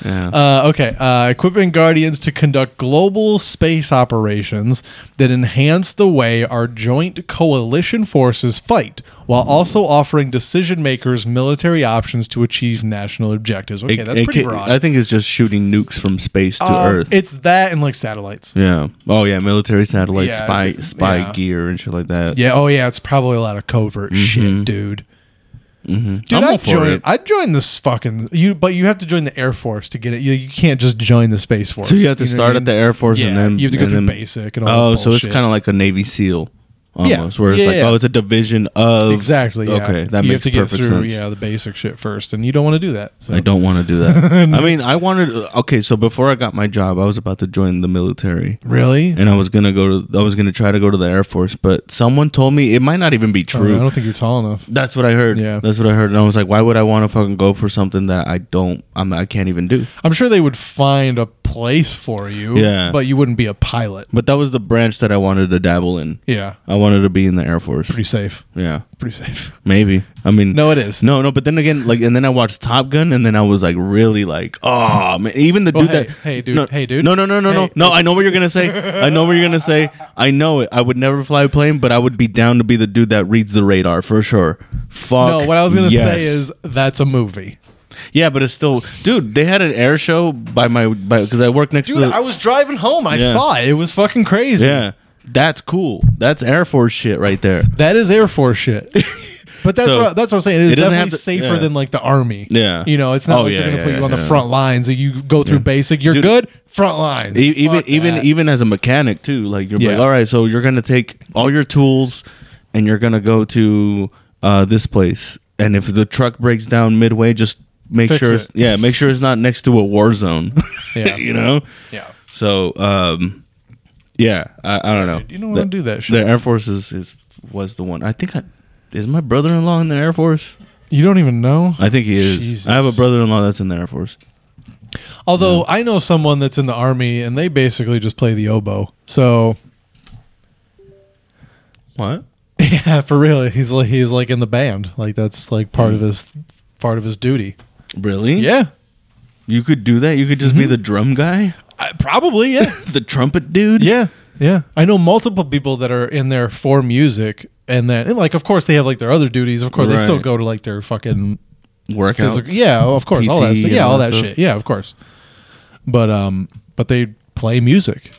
Yeah.
Uh, okay, uh, equipping Guardians to conduct global space operations that enhance the way our joint coalition forces fight, while also offering decision makers military options to achieve national objectives. Okay,
It-
that's
it
pretty
ca-
broad.
I think it's just shooting nukes from space to
Um,
Earth.
It's that and like satellites.
yeah. Oh yeah, military satellites,
Yeah,
spy
it's-
spy
yeah.
gear and shit like that.
Yeah. Oh, yeah. It's probably a lot of covert shit, dude. Dude,
Mm-hmm. I'm all
I'd
for
join.
it.
I'd join this fucking you, but you have to join the Air Force to get it. You, you can't just join the Space Force.
So you have to
know what I
start at
mean?
the Air Force
Yeah,
and then
you have to go
and then-
through basic and all
Oh,
that
so it's
bullshit.
kind of like a Navy SEAL almost, where it's
Yeah,
like,
yeah.
oh, it's a division of
Exactly. Yeah.
Okay, that
you
makes
have to
perfect
get through,
sense.
Yeah, the basic shit first, and you don't want to do that. So.
I don't want to do that. I mean, I wanted. uh, Okay, so before I got my job, I was about to join the military,
really.
and I was gonna go to. I was gonna try to go to the Air Force, but someone told me it might not even be
I don't know, I
true.
don't think you're tall enough.
That's what I heard.
Oh, Yeah.
that's what I heard, and I was like, why would I want to fucking go for something that I don't? I'm. I can't even do.
I'm sure they would find a place for you.
Yeah.
but you wouldn't be a pilot.
But that was the branch that I wanted to dabble in.
Yeah,
I wanted to be in the Air Force.
pretty safe.
Yeah,
Pretty safe.
maybe. I mean,
No, it is.
No, no, but then again, like, and then I watched Top Gun, and then I was like, really, like, oh man, even the
Well,
dude
hey,
that,
hey, dude,
no,
hey, dude.
no, no, no, no,
Hey.
no, no, I know what you're gonna say, I know what you're gonna say, I know it. I would never fly a plane, but I would be down to be the dude that reads the radar for sure. Fuck.
No, what I was gonna say
yes.
is that's a movie.
yeah, but it's still, dude. They had an air show by my by because I work next
Dude,
to. The,
I was driving home. I
Yeah.
saw it. It was fucking crazy.
yeah, that's cool. That's Air Force shit right there.
That is Air Force shit. But that's
So,
what that's what I'm saying. It is
it doesn't have
definitely
to-
safer
yeah.
than like the army.
Yeah.
you know, it's not
Oh,
like they're
yeah,
gonna
yeah,
put you
yeah,
on the
yeah.
front lines. You go through basic. You're
Dude.
good. Front lines.
E- even
Fuck
even
that.
even as a mechanic too like you're
Yeah.
like all right so you're gonna take all your tools and you're gonna go to uh, this place and if the truck breaks down midway just make
Fix
sure it's,
it.
yeah make sure it's not next to a war zone
Yeah.
you know
yeah.
so um yeah i, I don't know
you don't wanna
The-
do that shit.
the air force is, is was the one i think i is my brother-in-law in the air force
You don't even know.
i think he is i have a
Jesus.
brother-in-law that's in the air force
Although I know someone that's in the army and they basically just play the oboe. So
what
yeah, for real, he's like he's like in the band. Like that's like
Hmm.
part of his part of his duty.
really
Yeah, Mm-hmm.
you could do that you could just be the drum guy
I, probably. Yeah,
the trumpet dude
yeah, yeah. I know multiple people that are in there for music, and then and like of course they have like their other duties. Of course they still
Right.
go to like their fucking
workouts.
physical. Yeah, of course, all that.
PT
Stuff.
and
Yeah,
all
all
that
that
stuff.
shit. Yeah, of course. But um, but they play music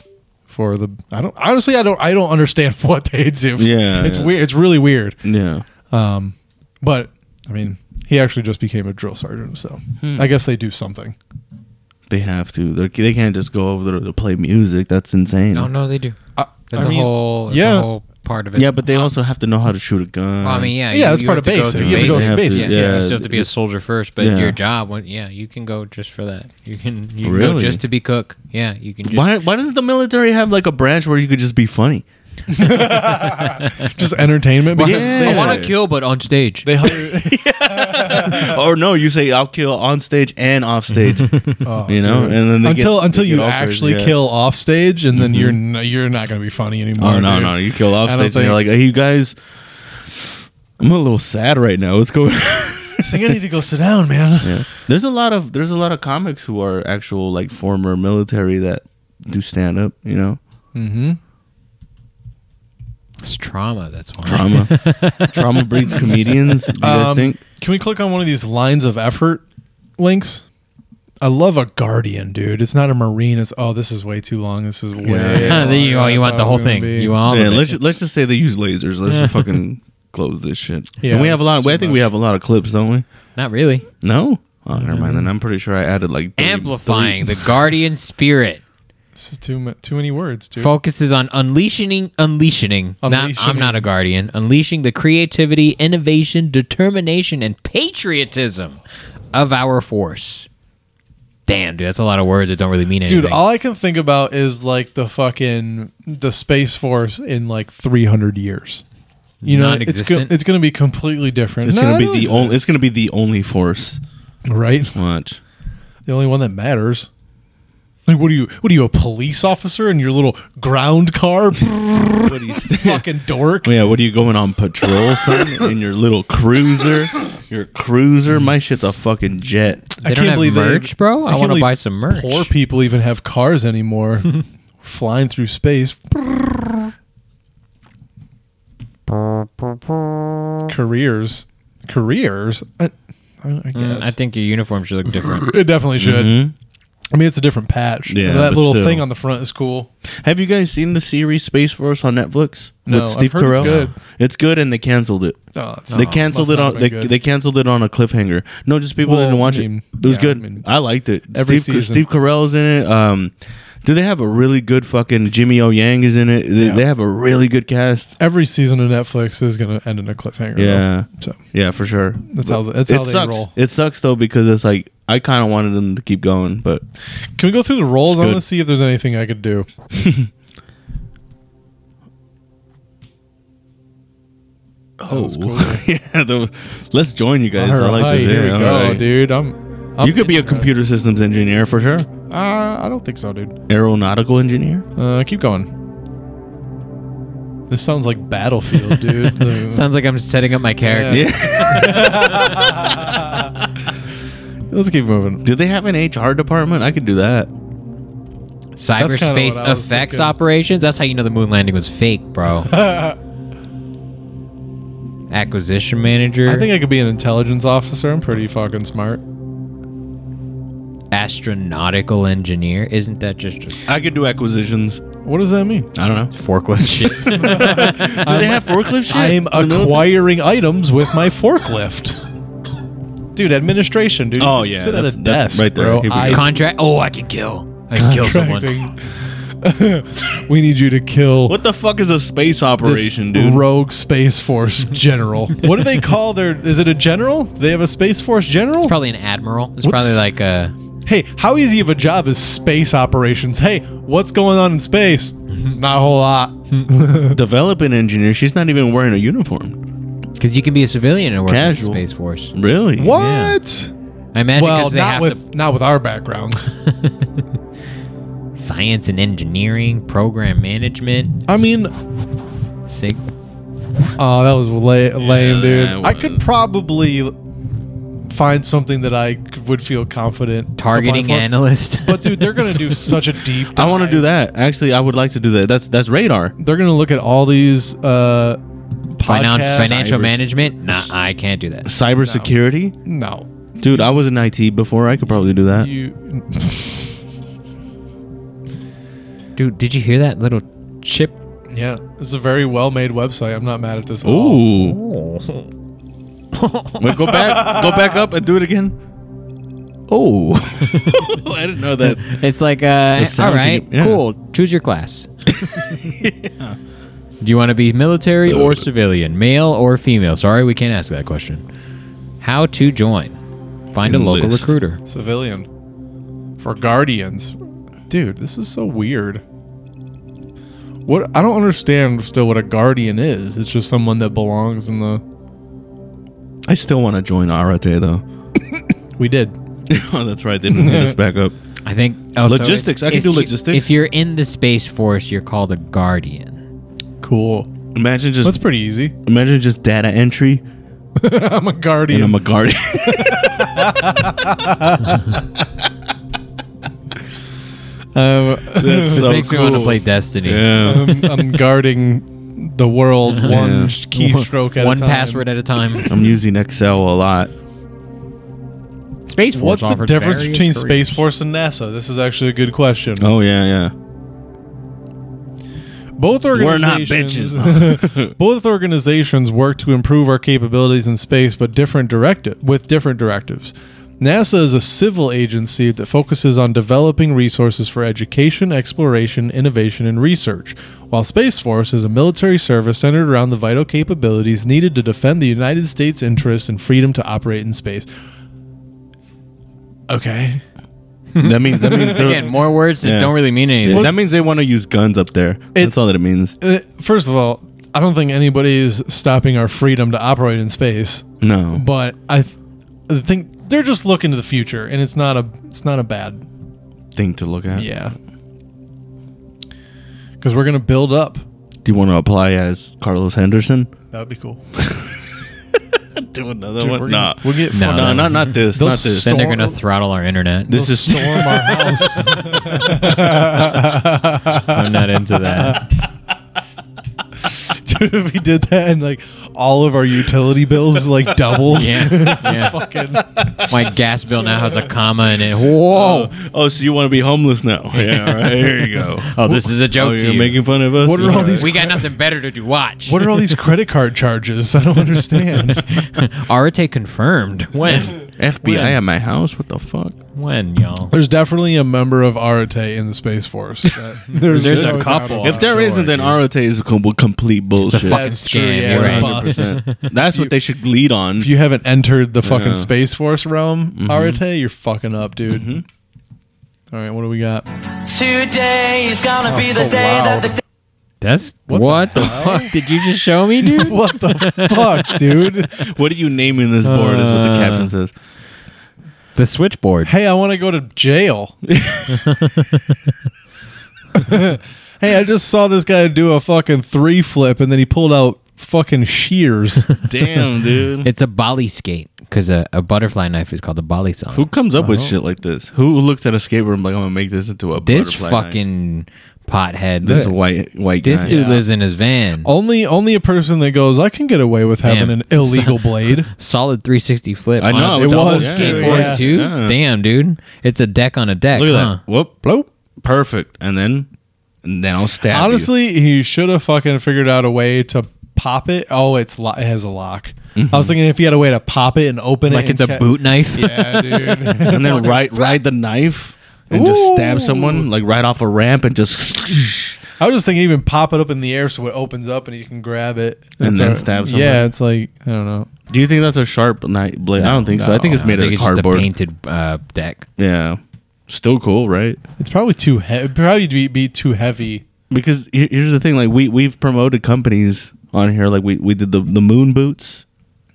for the. I don't honestly. I don't. I don't understand what they do.
Yeah,
it's
yeah.
weird. It's really weird.
Yeah.
Um, but I mean, he actually just became a drill sergeant, so I guess they do something.
They have to. They're, they can't just go over there to play music. That's insane.
No, no, they do.
Uh,
I,
That's
I
a
mean,
whole. That's
yeah.
a whole part of it.
Yeah, but they also have to know how to shoot a gun.
Well, I mean, yeah,
Yeah, that's part
have
of
to go
basic.
through
You have to go through
basic.
basic.
Yeah,
Yeah,
you still have to be a soldier first, but
yeah.
your job, when, yeah, you can go just for that. You can, you can go
Really?
just to be cook. Yeah, you can. Just,
Why, why does the military have like a branch where you could just be funny?
just entertainment. Because
Yeah.
I want to kill, but on stage.
they, they hire,
or no, you say I'll kill on stage and off stage. Oh, you know, and then they
Oh, until
get-
until
they
you
get all crazy,
actually
yeah. Mm-hmm.
kill off stage, and then you're n- you're not going to be funny anymore.
Oh no,
dude.
no, you kill off
I
stage
don't
and you're like,
think-
hey, you guys, I'm a little sad right now. What's going? on?
I think I need to go sit down, man.
Yeah. There's a lot of there's a lot of comics who are actual like former military that do stand up, you know.
Mm-hmm.
It's trauma. That's why.
Trauma. Trauma breeds comedians. Do you guys
Um,
think?
Can we click on one of these lines of effort links? I love a guardian, dude. It's not a marine. It's oh, this is way too long. This is way.
Yeah,
longer
then you, oh,
than I
you want
thought
the
it
whole
was gonna
thing.
be.
You want all
Yeah,
of it.
let's ju- let's just say they use lasers. Let's just fucking close this shit.
Yeah,
and we have a
it's
lot.
too
I think we
much.
have a lot of clips, don't we?
Not really.
No. Oh, never mind. Then I'm pretty sure I added like three-
Amplifying
three-
the guardian spirit
This is too mu- too many words, dude.
focuses on unleashing, unleashing. Not, I'm
Unleashing.
not a guardian. Unleashing the creativity, innovation, determination, and patriotism of our force. Damn, dude, that's a lot of words that don't really mean anything.
Dude, all I can think about is like the fucking the space force in like 300 years. You know, it's go-
Non-existent?
it's going to be completely different.
It's
No,
gonna
it
be
doesn't
the only. It's gonna be the only force.
exist, right.
Watch.
The only one that matters. Like, what are you? What are you, a police officer in your little ground car?
What do you?
fucking dork.
yeah. What are you going on patrol, son? In your little cruiser. Your cruiser. My shit's a fucking jet.
They don't have merch, bro? I
can't
wanna
believe
buy some merch.
Poor people even have cars anymore. Flying through space. Careers, careers. I, I, I guess
Mm, Hmm, I think your uniform should look different.
it definitely should. I mean, it's a different patch.
Mm-hmm. Yeah,
that
but
little
still.
thing on the front is cool.
Have you guys seen the series Space Force on Netflix
No, I've heard it's good.
It's good, and they canceled it.
Oh, it's
they
not-
canceled
must
it
not
on.
have
They,
been good.
they canceled it on a cliffhanger. No, just people
Well,
didn't watch
I mean,
it. It was
yeah,
good.
I
I,
mean,
liked it.
every
Steve,
season.
Steve Carell's in it. Um, do they have a really good fucking Jimmy O Yang is in it? They,
Yeah.
they have a really good cast.
Every season of Netflix is going to end in a cliffhanger. though.
Yeah.
so
Yeah, for sure.
that's how that's
it
how they
sucks.
roll.
It sucks though because it's like I kind of wanted them to keep going, but
Can we go through the roles?
It's
I want to
good.
see if there's anything I could do.
oh
was cool.
yeah, there was- let's join you guys. I
Alright,
like this.
Here
Yeah,
we go,
alright.
dude. I'm. I'm
You could be a
interested.
computer systems engineer for sure.
Uh, I don't think so, dude.
Aeronautical engineer.
Uh, keep going. This sounds like Battlefield, dude. The-
Sounds like I'm setting up my character.
Yeah.
Yeah.
Let's keep moving.
Do they have an HR department? I could do that.
kinda
Cyberspace
what I was
effects
thinking.
operations. That's how you know the moon landing was fake, bro. Acquisition manager.
I think I could be an intelligence officer. I'm pretty fucking smart.
astronautical engineer. Isn't that just a
I could do acquisitions.
What does that mean?
I don't know.
forklift shit?
Do they have forklift shit?
I'm
in the military?
acquiring items with my forklift. Dude, administration, dude. You
Oh,
can
yeah,
Sit at a
that's- that's
desk,
right there.
bro.
Here we go.
I-
Contract. Oh, I can kill. I can kill someone.
Contracting. we need you to kill
What the fuck is a space operation,
this
dude?
rogue space force general. what do they call their? Is it a general? They have a space force general.
It's probably an admiral. It's
What's-
probably like a.
hey, how easy of a job is space operations? Hey, what's going on in space? Not a whole lot.
Develop an engineer. She's not even wearing a uniform.
Because you can be a civilian and work in the
Casual.
Space Force.
Really?
What?
I imagine
Well,
because they
not
have
with not with our backgrounds.
to science and engineering, program management.
I mean,
Sig-
oh, that was la- lame, dude.
that
I could
was-
probably find something that I c- would feel confident applying
targeting
for.
analyst.
But dude, they're gonna do such a deep.
I want to
dive.
do that. Actually, I would like to do that. That's that's radar.
They're gonna look at all these uh,
Finan-
podcasts.
financial
Cybers.
management? Nah, I can't do that.
Cybersecurity?
No,
Dude, I was in IT before. I could probably do that.
you
Dude, did you hear that little chip?
Yeah, it's a very well-made website. I'm not mad at this. At
Ooh.
all. Oh.
Wait, go back. Go back up and do it again. Oh. I didn't know that.
It's like, uh, all
sound
right,
you- yeah.
cool. Choose your class. Do you want to be military or civilian, male or female? Sorry, we can't ask that question. How to join? Find a local
Enlist.
recruiter.
Civilian for guardians, dude. This is so weird. What I don't understand still what a guardian is. It's just someone that belongs in the.
I still want to join Arate though.
We did.
oh, that's right. They didn't hit us back up.
I think also if-
Logistics. I can
Oh, if
do
you-
logistics.
If you're in the space force, you're called a guardian.
Cool.
Imagine just
That's pretty easy.
imagine just data entry,
I'm a
and
guardian.
I'm a guardian.
um,
that's
This makes me want to play Destiny.
Yeah.
I'm, I'm guarding the world one
Yeah.
keystroke at
One
a time.
password at a time.
I'm using Excel a lot.
Space
What's the difference between Space Force and NASA? This is actually a good question.
Oh yeah, yeah.
Both
We're not
organizations.
bitches. no.
Both organizations work to improve our capabilities in space, but different directive with different directives. NASA is a civil agency that focuses on developing resources for education, exploration, innovation, and research, while Space Force is a military service centered around the vital capabilities needed to defend the United States' interests and freedom to operate in space. Okay.
that means that means they're-
Again, more words that
Yeah.
don't really mean anything.
Yeah, that means they want to use guns up there.
It's-
That's all that it means.
Uh, First of all, I don't think anybody is stopping our freedom to operate in space,
No,
but I th- I think they're just looking to the future, and it's not a it's not a bad
thing to look at.
Yeah. Because we're going to build up.
Do you want to apply as Carlos Henderson?
That would be cool.
Do another
Dude, we're gonna- we'll get
No.
no, no, not not this,
Those
not this.
then they're
Storm-
gonna throttle our internet.
this is
storm our house.
I'm not into that.
Dude, if we did that and like all of our utility bills like doubled.
Yeah, yeah.
Fucking,
My gas bill now has a comma in it. Whoa!
Oh, oh, so you want to be homeless now? Yeah, all right. Here you go.
Oh, this is a joke
Oh,
to
you're
you.
making fun of us.
What are all these-
we got nothing better to do. Watch.
what are all these credit card charges? I don't understand.
Arate confirmed. When?
FBI at my house? What the fuck?
When, y'all?
There's definitely a member of Arate in the Space Force. That- there's
There's a
no doubt
couple.
about
if
it.
there
sure,
not then
dude.
Arate is a com- complete bullshit.
fucking
That's
scam.
true, yeah,
you're
it's a
right.
bust.
That's what they should lead on.
If you haven't entered the fucking
Yeah.
Space Force realm, Arate, you're fucking up, dude. All right, what do we got?
Today is gonna be
so
the day
loud.
that the
That's
What
what,
the
the, fuck did you just show me, dude?
What the fuck, dude?
what are you naming this board? is what the
Uh.
caption says.
the switchboard.
hey, I want to go to jail. hey, I just saw this guy do a fucking three flip and then he pulled out fucking shears.
Damn, dude.
It's a bali skate because a, a butterfly knife is called a bali song.
Who comes up with shit like this? Who looks at a skateboard and be like, I'm gonna make this into a
this
butterfly knife?
fucking pothead.
this
Look,
white white
this
guy.
dude lives in his van.
only only a person that goes, I can get away with having
Damn.
an illegal blade.
Solid 360 flip.
I
on
know,
a
it
double
was, dude,
skateboard
yeah.
too.
Yeah.
Damn, dude, it's a deck on a deck.
Look at
huh?
that. Whoop,
Bloop.
perfect. And then now stab. you.
Honestly, he should have fucking figured out a way to pop it. Oh, it's lo- it has a lock. I was thinking if he had a way to pop it and open
Mm-hmm. Like
it.
it's
and
a
ca-
boot knife.
Yeah, dude.
and then right ride the knife and just stab someone like right off a ramp and just
I was just thinking even pop it up in the air so it opens up and you can grab it.
And
It's
then
a-
stab
Yeah,
somebody.
it's like, I don't know.
Do you think that's a sharp knife blade? I don't think so. I think it's
No,
made
think
out of
it's just a
cardboard.
painted uh, deck.
Yeah. Still cool, right?
It's probably too heavy. Probably be, be too heavy.
Because he- here's the thing, like we we've promoted companies on here like we we did the the moon boots,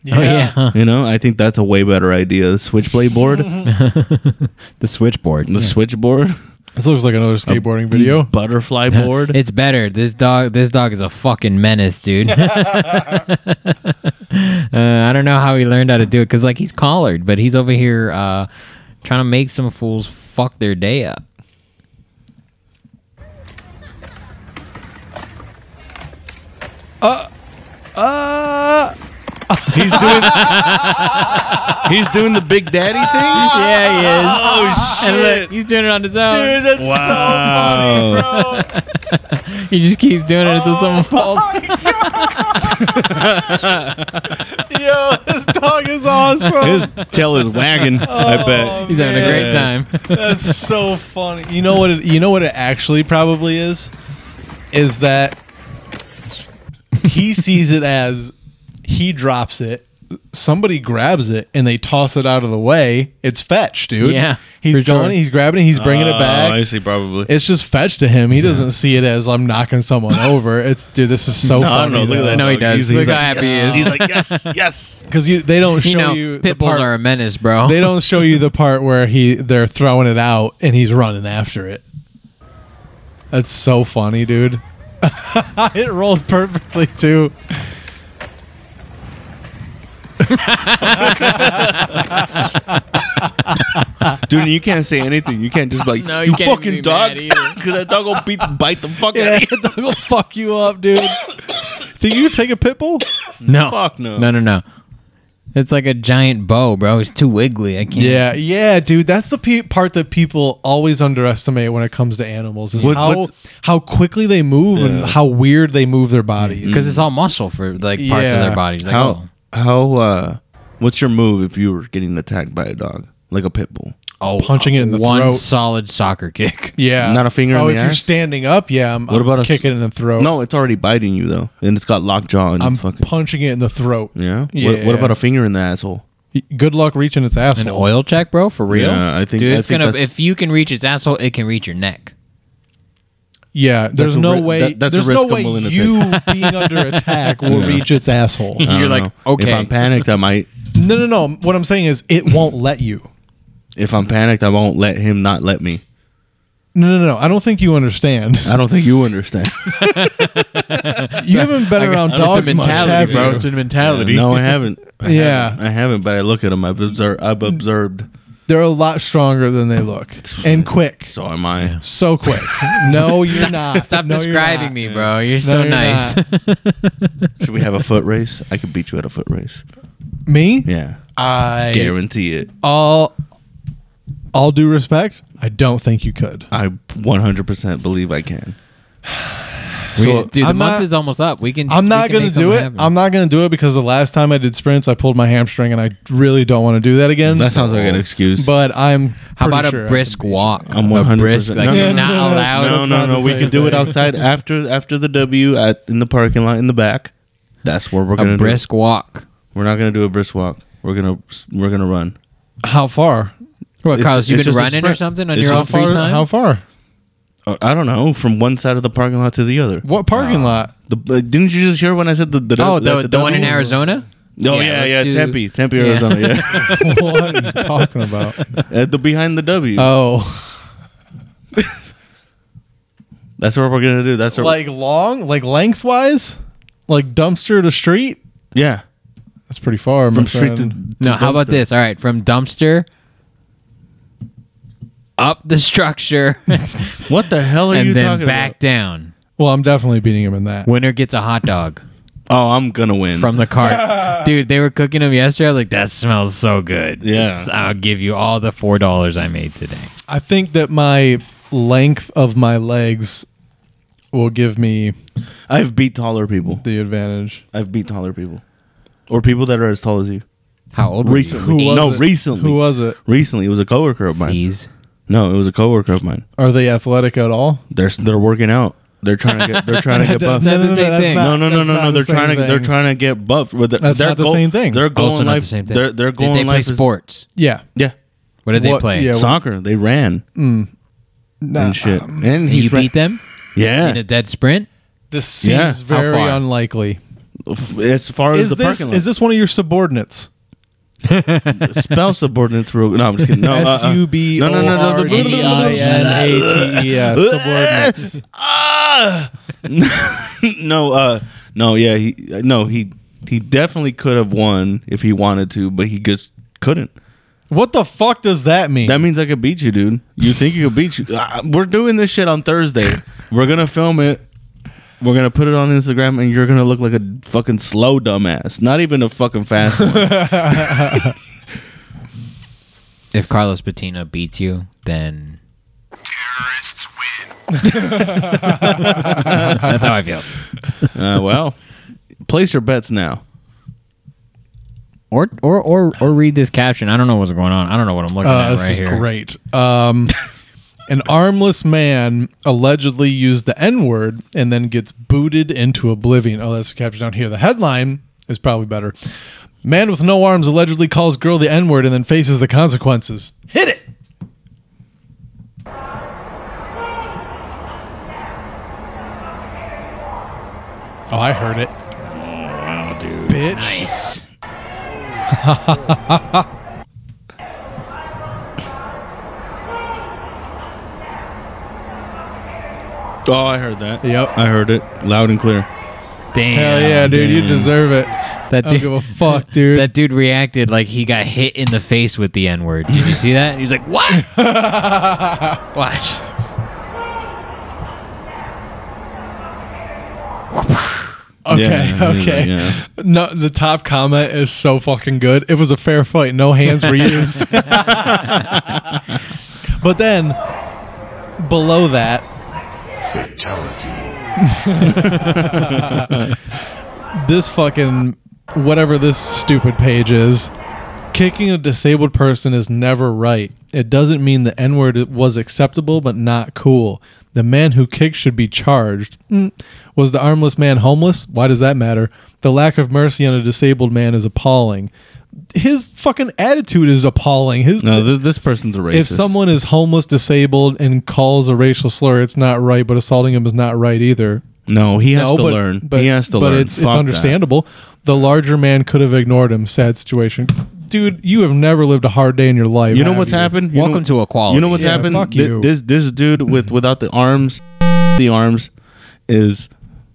Yeah.
Oh yeah, huh.
you know? I think that's a way better idea. The switchblade board, the
the switchboard.
switchboard,
This looks like another skateboarding video.
butterfly board.
It's better. This dog. This dog is a fucking menace, dude. uh, I don't know how he learned how to do it because like he's collared, but he's over here uh, trying to make some fools fuck their day up.
he's doing He's doing the Big Daddy
Oh,
thing?
Yeah, he is. Oh shit! he's doing it on his own.
that's
Wow.
He just keeps doing it
oh,
until someone falls.
so funny. Yo, this dog is awesome.
Oh. His tail is wagging, I bet.
Oh. He's having a great
man.
time.
That's so funny. You know what? It, you know what it actually probably is, is that he sees it as he drops it. Somebody grabs it and they toss it out of the way. It's fetch, dude.
Yeah,
he's
for sure.
going. He's grabbing it. He's bringing it back.
Oh, I see, probably.
it's just fetch to him. He doesn't see it as I'm knocking someone over. It's dude, this is so
No, I don't
funny.
know. Look at that.
No, he
dog.
does.
He's- he's
Look how
like,
happy he
He's
is.
like, yes, yes.
because they don't
You
show you,
know,
the
pit bulls
part.
are a menace, bro.
they don't show you the part where he they're throwing it out and he's running after it. That's so funny, dude. it rolled perfectly too.
Dude, you can't say anything. You can't just be like,
No,
you,
you can't
fucking
even be
dog.
mad either.
Because that dog will beat, bite the fuck
Yeah,
out of you.
that will fuck you up, dude. Think you could take a pit bull?
no.
Fuck no.
No, no, no. It's like a giant bow, bro. It's too wiggly. I can't.
Yeah, yeah, dude. That's the pe- part that people always underestimate when it comes to animals is
What-
how
what's-
how quickly they move and how weird they move their bodies.
Mm-hmm.
because it's all muscle for like parts of
Yeah.
their bodies. Like,
How,
oh.
how, uh, what's your move if you were getting attacked by a dog? like a pit bull.
Oh,
Punching it in the
one
throat.
solid soccer kick.
Yeah.
Not a finger in
Oh,
the
if you're
ass?
standing up, yeah. I'm,
What
I'm
about a
kicking it in the throat?
No, it's already biting you though, and it's got locked jaw and
I'm
it's fucking.
punching it in the throat.
yeah? What, what about a finger in the astle?
Good luck reaching its asshole.
An oil check, bro, for real.
Yeah, I think-
Dude,
I
it's
think
gonna.
that's-
If you can reach his asshole, it can reach your neck.
Yeah, there's
a
no
ri-
way.
that- that's a
there's
risk
no
I'm
way
willing to
you being under attack will
Yeah.
reach its asshole.
I
You're
don't
like,
know.
okay.
If I'm panicked, I might.
No, no, no. What I'm saying is, it won't let you.
If I'm panicked, I won't let him not let me.
No, no, no. I don't think you understand.
I don't think you understand.
You haven't been around
it's a
dogs much,
mentality,
have
bro.
you?
It's a mentality.
no, I haven't. I
Yeah.
haven't. I haven't. But I look at him. I've observed. I've observed.
They're a lot stronger than they look, and quick.
So am I.
So quick. No, you're not.
Stop
No, you're
describing
not.
me, bro. You're
No,
so
you're
nice.
not.
Should we have a foot race? I could beat you at a foot race.
Me?
Yeah,
I
guarantee it.
all. All due respect, I don't think you could.
I 100% believe I can.
We-
So,
dude, the
I'm
month
not-
is almost up. We can.
I'm
we
not
can
gonna
make
do
something
it.
happen.
I'm not gonna do it because the last time I did sprints, I pulled my hamstring, and I really don't want to do that again.
That sounds like an excuse.
But I'm.
How about
pretty
a
sure I
brisk
can
walk?
I'm
A
100%.
brisk, like
No,
you're
no,
not
no, that's
allowed.
no,
it's
no,
not
no.
the
We
same
can do it
thing.
outside after after the W at in the parking lot in the back. That's where we're gonna
a brisk walk.
Do. it. We're not gonna do a brisk walk. We're gonna we're gonna run.
beat you. How far?
What,
It's-
Carlos? You
it's
been
just a
running or
sprint.
something on
It's
your own
just a
free
sprint.
time?
How far?
Uh, I don't know from one side of the parking lot to the other.
What parking lot?
The, uh, didn't you just hear when I said the the
oh,
that
the, the one in
W?
Arizona.
Oh
Yeah,
yeah,
let's
yeah,
do-
Tempe, Tempe,
Yeah.
Arizona. Yeah,
what are you talking about?
at the behind the W.
Oh,
That's what we're gonna do. That's our,
like long, like lengthwise, like dumpster to street.
yeah,
That's pretty far.
from street to,
No, how about
dumpster.
this? All right, from dumpster up the structure
What the hell are you
and then
talking
back
about?
down.
Well, I'm definitely beating him in that.
Winner gets a hot dog
Oh, I'm gonna win.
from the cart. Dude, they were cooking them yesterday. I was like, that smells so good.
Yeah.
I'll give you all the four dollars I made today.
I think that my length of my legs will give me
I've beat taller people.
the advantage.
I've beat taller people, or people that are as tall as you.
How old were
Recently,
you?
no,
it?
recently,
Who was it?
recently, it was a coworker of mine.
Seas.
No, it was a coworker of mine.
Are they athletic at all?
They're s- they're working out. They're trying to get. They're trying to get buff.
That's the same
that's
thing.
No,
not-
no, no,
that's
no,
not
no.
the
They're
same
trying to. They're
thing.
trying to get buff. But they're,
That's
their
not the
goal-
same thing.
Their goal
Also
in
not
life.
the same thing.
They're they're
Did
going
they play
life is-
sports?
Yeah. um,
Yeah,
What did
What-
they play?
yeah, what-
soccer. They ran
Nah,
and shit. and
And
he
you
ran-
beat them in
Yeah,
a dead sprint?
This
Yeah.
seems
How
very
far?
unlikely.
F- as far
Is
as the
this
parking lot.
is this one of your subordinates?
spell subordinates real no i'm just kidding no uh, uh,
S U B O
no no no no no,
R D E I N A T E S subordinates.
Ah! no uh no yeah he uh, no he he definitely could have won if he wanted to but he just couldn't
What the fuck does that mean?
that means i could beat you dude you think you could beat you Uh, we're doing this shit on thursday we're gonna film it we're gonna put it on instagram and you're gonna look like a fucking slow dumbass not even a fucking fast one
If Carlos Bettina beats you, then
Terrorists win.
that's how I feel.
uh, well place your bets now
Or, or or or read this caption. I don't know what's going on. I don't know what I'm looking
Uh,
at
this
right
is
here.
great. Um, an armless man allegedly used the N word and then gets booted into oblivion. Oh, that's the caption down here. The headline is probably better. Man with no arms allegedly calls girl the N word and then faces the consequences. Hit it. Oh, I heard it. dude. Bitch.
Oh, I heard that.
Yep.
I heard it loud and clear.
Damn.
Hell yeah, dude. You
damn.
deserve it.
That
I don't
dude,
give a fuck, dude.
that dude reacted like he got hit in the face with the N word. Did you see that? He's like, what? Watch.
Okay,
Yeah, he's
okay.
like, yeah.
No, the top comment is so fucking good. It was a fair fight. No hands were used. but then, below that, this fucking whatever this stupid page is Kicking a disabled person is never right. It doesn't mean the N word was acceptable but not cool. The man who kicked should be charged. Mm. Was the armless man homeless? Why does that matter? The lack of mercy on a disabled man is appalling. His fucking attitude is appalling. His
No, th- this person's a racist.
if someone is homeless, disabled, and calls a racial slur, it's not right. But assaulting him is not right either.
no, he has
no,
to
but,
learn.
But,
he has to
but
learn.
it's
Fuck
it's
that.
understandable. The larger man could have ignored him. Sad situation, dude. You have never lived a hard day in your life.
You know
have
what's
you?
happened? You
Welcome
know,
to equality.
You know what's
Yeah,
happened?
fuck
Th-
you.
This this dude with without the arms, the arms, is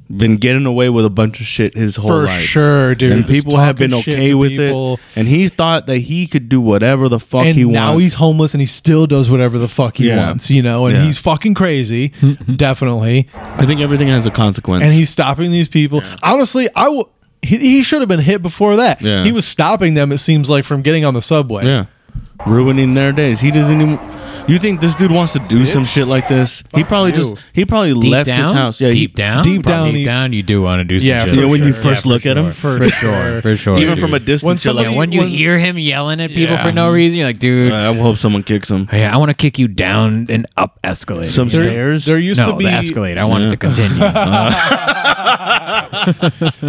been getting away with a bunch of shit his whole
For
life.
sure, dude.
And
Just
people have been
talking shit
okay
to
with
people.
it. And he thought that he could do whatever the fuck
And
he
now
wants.
he's homeless, and he still does whatever the fuck he
Yeah.
wants. You know, and
Yeah.
he's fucking crazy, definitely.
I think everything has a consequence.
and he's stopping these people. Honestly, I w- he, he should have been hit before that.
Yeah.
He was stopping them. It seems like from getting on the subway.
yeah, ruining their days. He doesn't even. You think this dude wants to do some shit like this? he probably
you.
just he probably
Deep
left
down,
his house. Yeah,
deep
he,
down,
Deep down, he-
deep down, you do want to do some
Yeah,
shit.
for
Yeah, when you
sure.
first
Yeah,
look
for
at him,
sure.
for sure.
for sure,
even
dude.
from a distance, you're
somebody-
And
like,
when you
when-
hear him yelling at people
Yeah.
for no reason, you're like, dude,
I hope someone kicks him.
yeah, I want to kick you down and up escalator.
Some
you know?
stair- Stairs?
There used
no,
to be
the escalate. I want it to continue.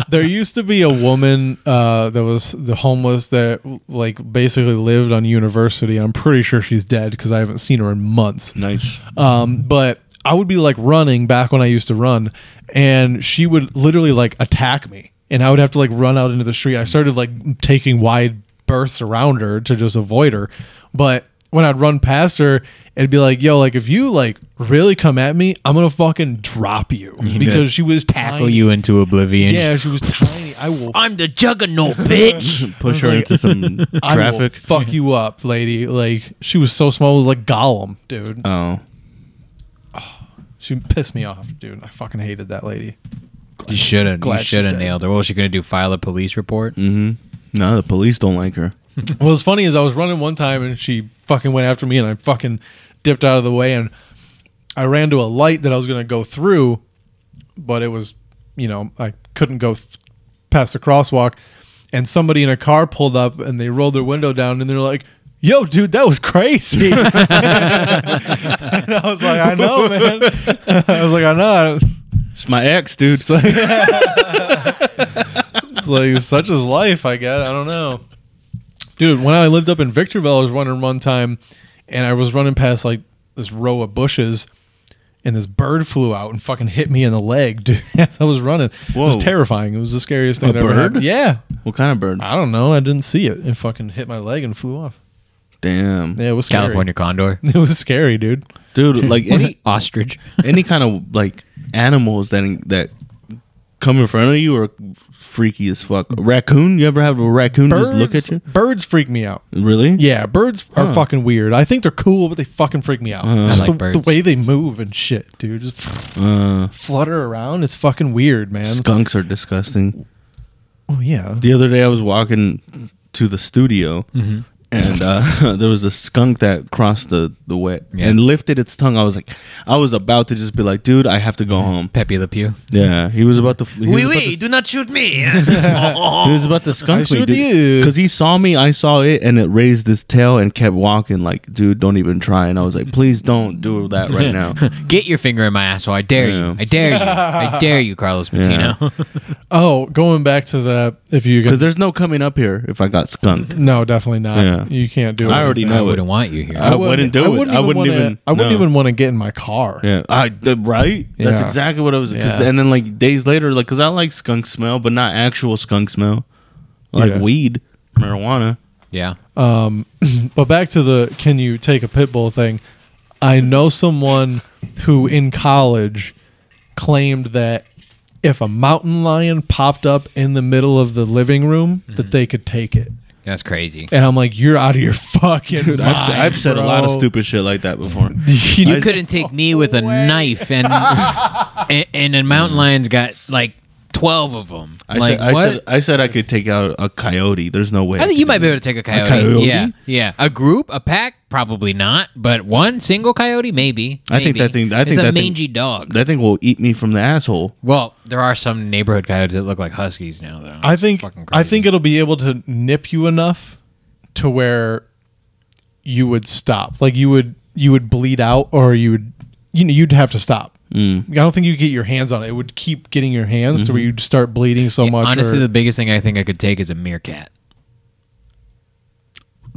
there used to be a woman uh, that was the homeless that like basically lived on university. I'm pretty sure she's dead because I haven't seen her in months.
Nice.
Um, but I would be like running back when I used to run, and she would literally like attack me, and I would have to like run out into the street. I started like taking wide berths around her to just avoid her, but when I'd run past her, it'd be like, "Yo, like if you like really come at me, I'm gonna fucking drop you," because she was
Tackle
tiny.
you into oblivion.
Yeah, she was tiny. I will
I'm the juggernaut, bitch.
Push her into some
I will
traffic.
fuck you up, lady. Like she was so small, it was like Gollum, dude.
Oh,
She pissed me off, dude. I fucking hated that lady.
you should have. You
Glad Mm-hmm. she's
should have
dead.
nailed her. What was she gonna do? File a police report?
no, the police don't like her.
what was funny is I was running one time and she fucking went after me and I fucking dipped out of the way and I ran to a light that I was going to go through, but it was, you know, I couldn't go th- past the crosswalk. And somebody in a car pulled up and they rolled their window down and they're like, Yo, dude, that was crazy. and I was like, I know, man. I was like, I know.
It's my ex, dude.
It's like, It's like, such is life, I guess. I don't know. Dude, when I lived up in Victorville, I was running one time and I was running past like this row of bushes and this bird flew out and fucking hit me in the leg, dude, as I was running. It was
Whoa.
terrifying. It was the scariest thing
A
that ever
bird?
happened. Yeah.
What kind of bird?
I don't know. I didn't see it. It fucking hit my leg and flew off.
Damn,
Yeah, it was scary.
California condor,
It was scary, dude.
dude. Like any
ostrich.
any kind of like animals that that come in front of you are freaky as fuck. A raccoon? You ever have a raccoon just look at you?
birds freak me out.
Really?
Yeah, birds are fucking weird. I think they're cool, but they fucking freak me out.
Uh,
I
Just
like
the,
birds.
the way they move and shit, dude. Just
Uh.
flutter around. It's fucking weird, man.
Skunks are disgusting.
oh, yeah.
The other day I was walking to the studio.
Mm-hmm.
And uh, there was a skunk that crossed the, the way
Yeah.
and lifted its tongue. I was like, I was about to just be like, dude, I have to go home.
Pepe Le Pew.
Yeah, he was about to. He was about to-
do not shoot
He
me.
was about to skunk
I
me,
sure did.
Because he saw me, I saw it, and it raised its tail and kept walking. Like, dude, don't even try. And I was like, please don't do that right now.
Get your finger in my asshole. I dare
Yeah.
you. I dare you. I dare you, Carlos Patino.
Oh, going back to the if you
Because there's no coming up here if I got skunked.
no, definitely not.
Yeah.
You can't do it.
I already
I
know it.
wouldn't want you here.
I
e-
wouldn't do it. I wouldn't
wanna-
even-
I wouldn't
no.
even want to get in my car.
Yeah, I the, right. That's
Yeah.
exactly what I was. 'cause-
Yeah.
And then like days later, like, cause I like skunk smell, but not actual skunk smell, like
Yeah.
weed, marijuana.
yeah.
But back to the can you take a pit bull thing. I know someone who in college claimed that if a mountain lion popped up in the middle of the living room, that they could take it.
That's crazy.
And I'm like, you're out of your fucking
Dude,
mind.
I've, said- I've said a lot of
bro."
stupid shit like that before.
You
I-
couldn't take me with a knife, and and, and a mountain lion's got like twelve of them.
Mm. I
like
said,
what?
I said, I said I could take out a coyote. There's no way.
I think
could
you
do
might be
that.
able to take a coyote.
coyote?
Yeah, yeah. A group, a pack, probably not. But one single coyote, maybe.
I think
Maybe.
that thing- I think
it's a
that thing-
mangy dog.
That thing will eat me from the asshole.
well, there are some neighborhood coyotes that look like huskies now, though.
I
It's
think
fucking
I
crazy.
think it'll be able to nip you enough to where you would stop. Like you would you would bleed out or you would you know you'd have to stop.
Mm.
I don't think you get your hands on it. It would keep getting your hands to
Mm-hmm.
where you'd start bleeding so much.
Honestly,
or-
the biggest thing I think I could take is a meerkat.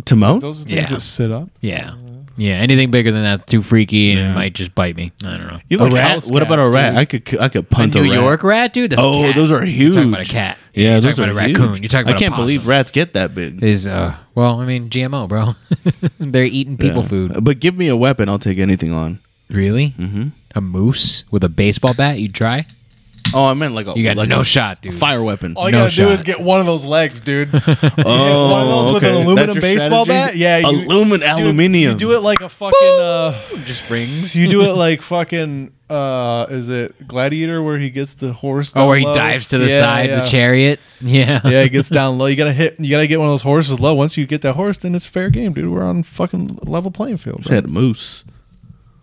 Timon?
those are things
yeah.
that sit up.
Yeah. Yeah, anything bigger than that's too freaky and it might just bite me. I don't know.
You
a
like
rat?
house
What about a
cats,
rat?
dude.
I could ki- I could
A
punt a,
New
rat.
York rat, dude. That's a
Oh,
cat.
those are huge.
You're talking about a cat.
Yeah,
You're
those
talking
are
about a
huge.
raccoon. You're talking about
I
a
can't
possum.
believe rats get that big.
Is uh well, I mean GMO, bro. They're eating people
Yeah.
food.
But give me a weapon, I'll take anything on.
Really? Mm-hmm. A moose with a baseball bat? You try?
Oh, I meant like a
You got
like
no
a
shot, dude.
fire weapon.
All you
No
gotta do
shot.
is get one of those legs, dude. One of
oh,
those with an
okay.
aluminum
That's your
baseball bat.
strategy?
Yeah, you,
Alumin-
dude,
aluminium.
You do it like a fucking. Uh,
Just rings.
you do it like fucking. Uh, is it Gladiator where he gets the horse?
Oh,
down
where he
low?
dives to the
Yeah,
side,
yeah.
the chariot. Yeah.
Yeah, he gets down low. You gotta hit. You gotta get one of those horses low. Once you get that horse, then it's fair game, dude. We're on fucking level playing field. bro.
Said moose.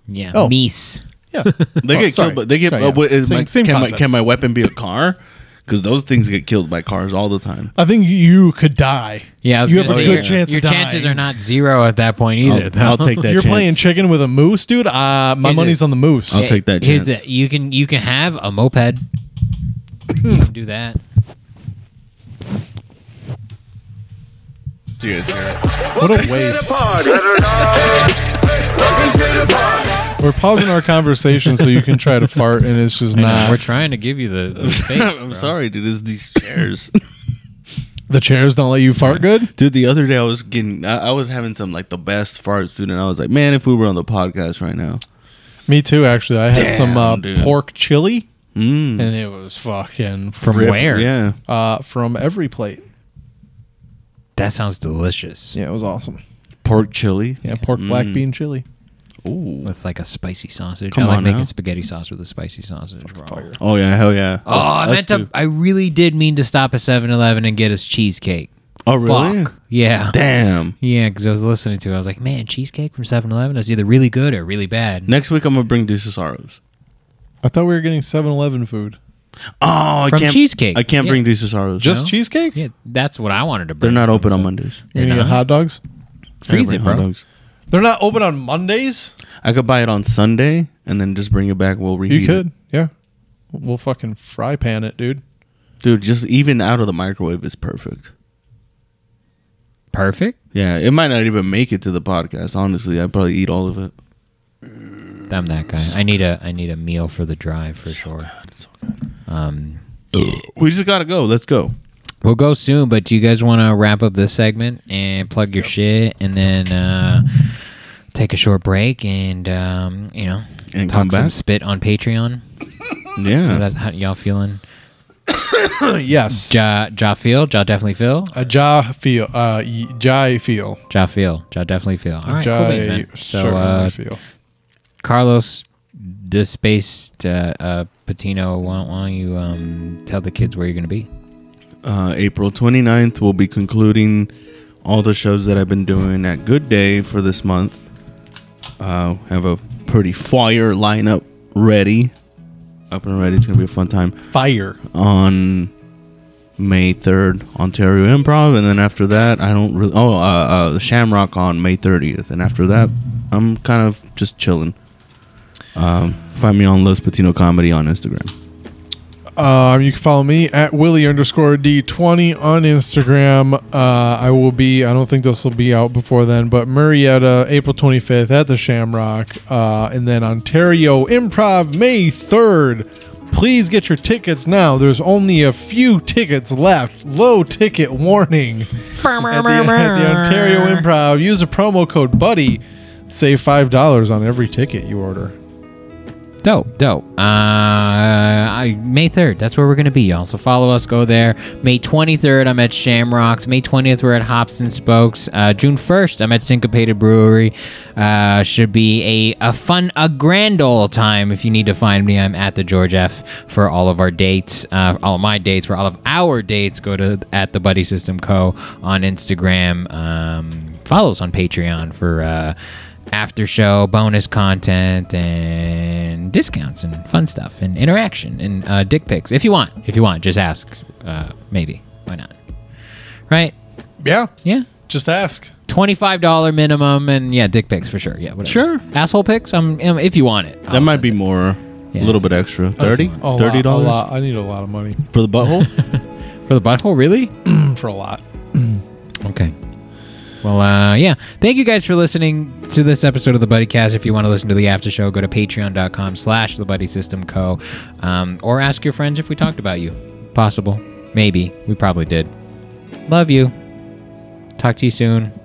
Yeah.
Oh.
Meese.
Yeah,
They
Oh,
get
sorry.
killed, but they get.
Sorry,
uh,
yeah.
what is
Same-
my,
same
can, my,
concept.
can my weapon be a car? Because those things get killed by cars all the time.
I think you could die.
Yeah, I was
you
gonna
have a
say,
good
your,
chance.
your
of
chances
dying.
are not zero at that point either.
I'll,
though.
I'll take that.
You're
chance.
playing chicken with a moose, dude. Uh, my
Here's
money's
it.
on the moose.
I'll take that
Here's
chance.
the- you can you can have a moped. you can do that.
Do you guys hear it?
What a waste. We're pausing our conversation so you can try to fart, and it's just
I know,
not.
We're trying to give you the, the space.
Uh, I'm
bro.
sorry, dude. It's these chairs.
The chairs don't let you fart good.
Dude, the other day I was getting, I, I was having some like the best farts, dude, and I was like, man, if we were on the podcast right now,
Me too, actually. I had
Damn,
some uh,
dude.
pork chili,
mm,
and it was fucking
From where?
yeah,
uh, from every plate.
That sounds delicious.
Yeah, it was awesome.
pork chili.
Yeah, pork black
Mm.
bean chili.
Ooh.
With like a spicy sausage.
Come
I like
on
making
now.
spaghetti sauce with a spicy sausage. bro.
Oh yeah, hell yeah.
Oh, I meant to. I really did mean to stop at 7-Eleven and get us cheesecake.
Oh really?
Fuck. Yeah.
Damn.
Yeah, because I was listening to it. I was like, man, cheesecake from 7 Eleven is either really good or really bad.
Next week I'm gonna bring Cesaro's.
I thought we were getting 7 Eleven food.
Oh, I
From
can't,
cheesecake.
I can't
Yeah.
bring Cesaro's.
Just
No?
cheesecake?
Yeah, that's what I wanted to bring.
they're not
from,
open on
so-
Mondays.
You're gonna
They're
get
not?
hot dogs?
I gotta
Freeze
bring
it,
hot
bro.
dogs.
They're not open on Mondays?
I could buy it on Sunday and then just bring it back. We'll
You
reheat.
could.
it.
Yeah. We'll fucking fry pan it, dude.
dude. Just even out of the microwave is perfect.
Perfect.
Yeah, it might not even make it to the podcast. Honestly, I'd probably eat all of it.
I'm that guy. I need a I need a meal for the drive for sure. Um,
We just gotta go. Let's go.
we'll go soon, but do you guys want to wrap up this segment and plug your shit, and then uh, take a short break, and um, you know,
And
talk
come
some
back?
spit on Patreon.
Yeah.
That how y'all feeling?
yes.
Ja, ja feel, ja definitely feel,
A ja feel. Uh, y- jai feel.
ja feel, ja definitely feel. All right, cool
Jai
beans, man. So
certainly
uh,
feel.
Carlos, the space uh, uh, Patino, why don't, why don't you um, tell the kids where you're going to be?
uh, April 29th, we'll be concluding all the shows that I've been doing at Good Day for this month. Uh, have a pretty fire lineup ready, up and ready. It's gonna be a fun time
Fire.
on May 3rd, Ontario Improv, and then after that, I don't really. Oh, uh, uh, Shamrock on May 30th, and after that, I'm kind of just chilling. Um, find me on Los Patino Comedy on Instagram.
Um, you can follow me at Willie underscore D20 on Instagram. Uh, I will be, I don't think this will be out before then, but Murrieta, April 25th at the Shamrock. Uh, and then Ontario Improv, May 3rd. Please get your tickets now. There's only a few tickets left. Low ticket warning. At the, at the Ontario Improv, use the promo code BUDDY. Save $5 on every ticket you order.
Dope, dope. Uh, I, May 3rd, that's where we're going to be, y'all. So follow us, go there. May 23rd, I'm at Shamrocks. May 20th, we're at Hops and Spokes. Uh, June 1st, I'm at Syncopated Brewery. Uh, should be a, a fun, a grand old time. If you need to find me, I'm at the George F for all of our dates, uh, all of my dates, for all of our dates. Go to at the Buddy System Co. on Instagram. Um, follow us on Patreon for. Uh, after show bonus content and discounts and fun stuff and interaction and uh, dick pics if you want if you want just ask uh, maybe why not right
Yeah.
yeah
Just ask.
Twenty-five dollar minimum, and yeah, dick pics for sure. Yeah, whatever.
Sure.
Asshole pics. I'm, um, if you want it.
That might be more. A
Yeah.
little bit extra. Thirty?
A
A lot-
Thirty
A
dollars
lot. I need a lot of money
for the butthole?
for the butthole. Really?
for a lot.
Okay. Well, uh, yeah. Thank you guys for listening to this episode of the Buddy Cast. If you want to listen to the after show, go to patreon.com slash the Buddy System Co. Um, or ask your friends if we talked about you. Possible. Maybe. We probably did. Love you. Talk to you soon.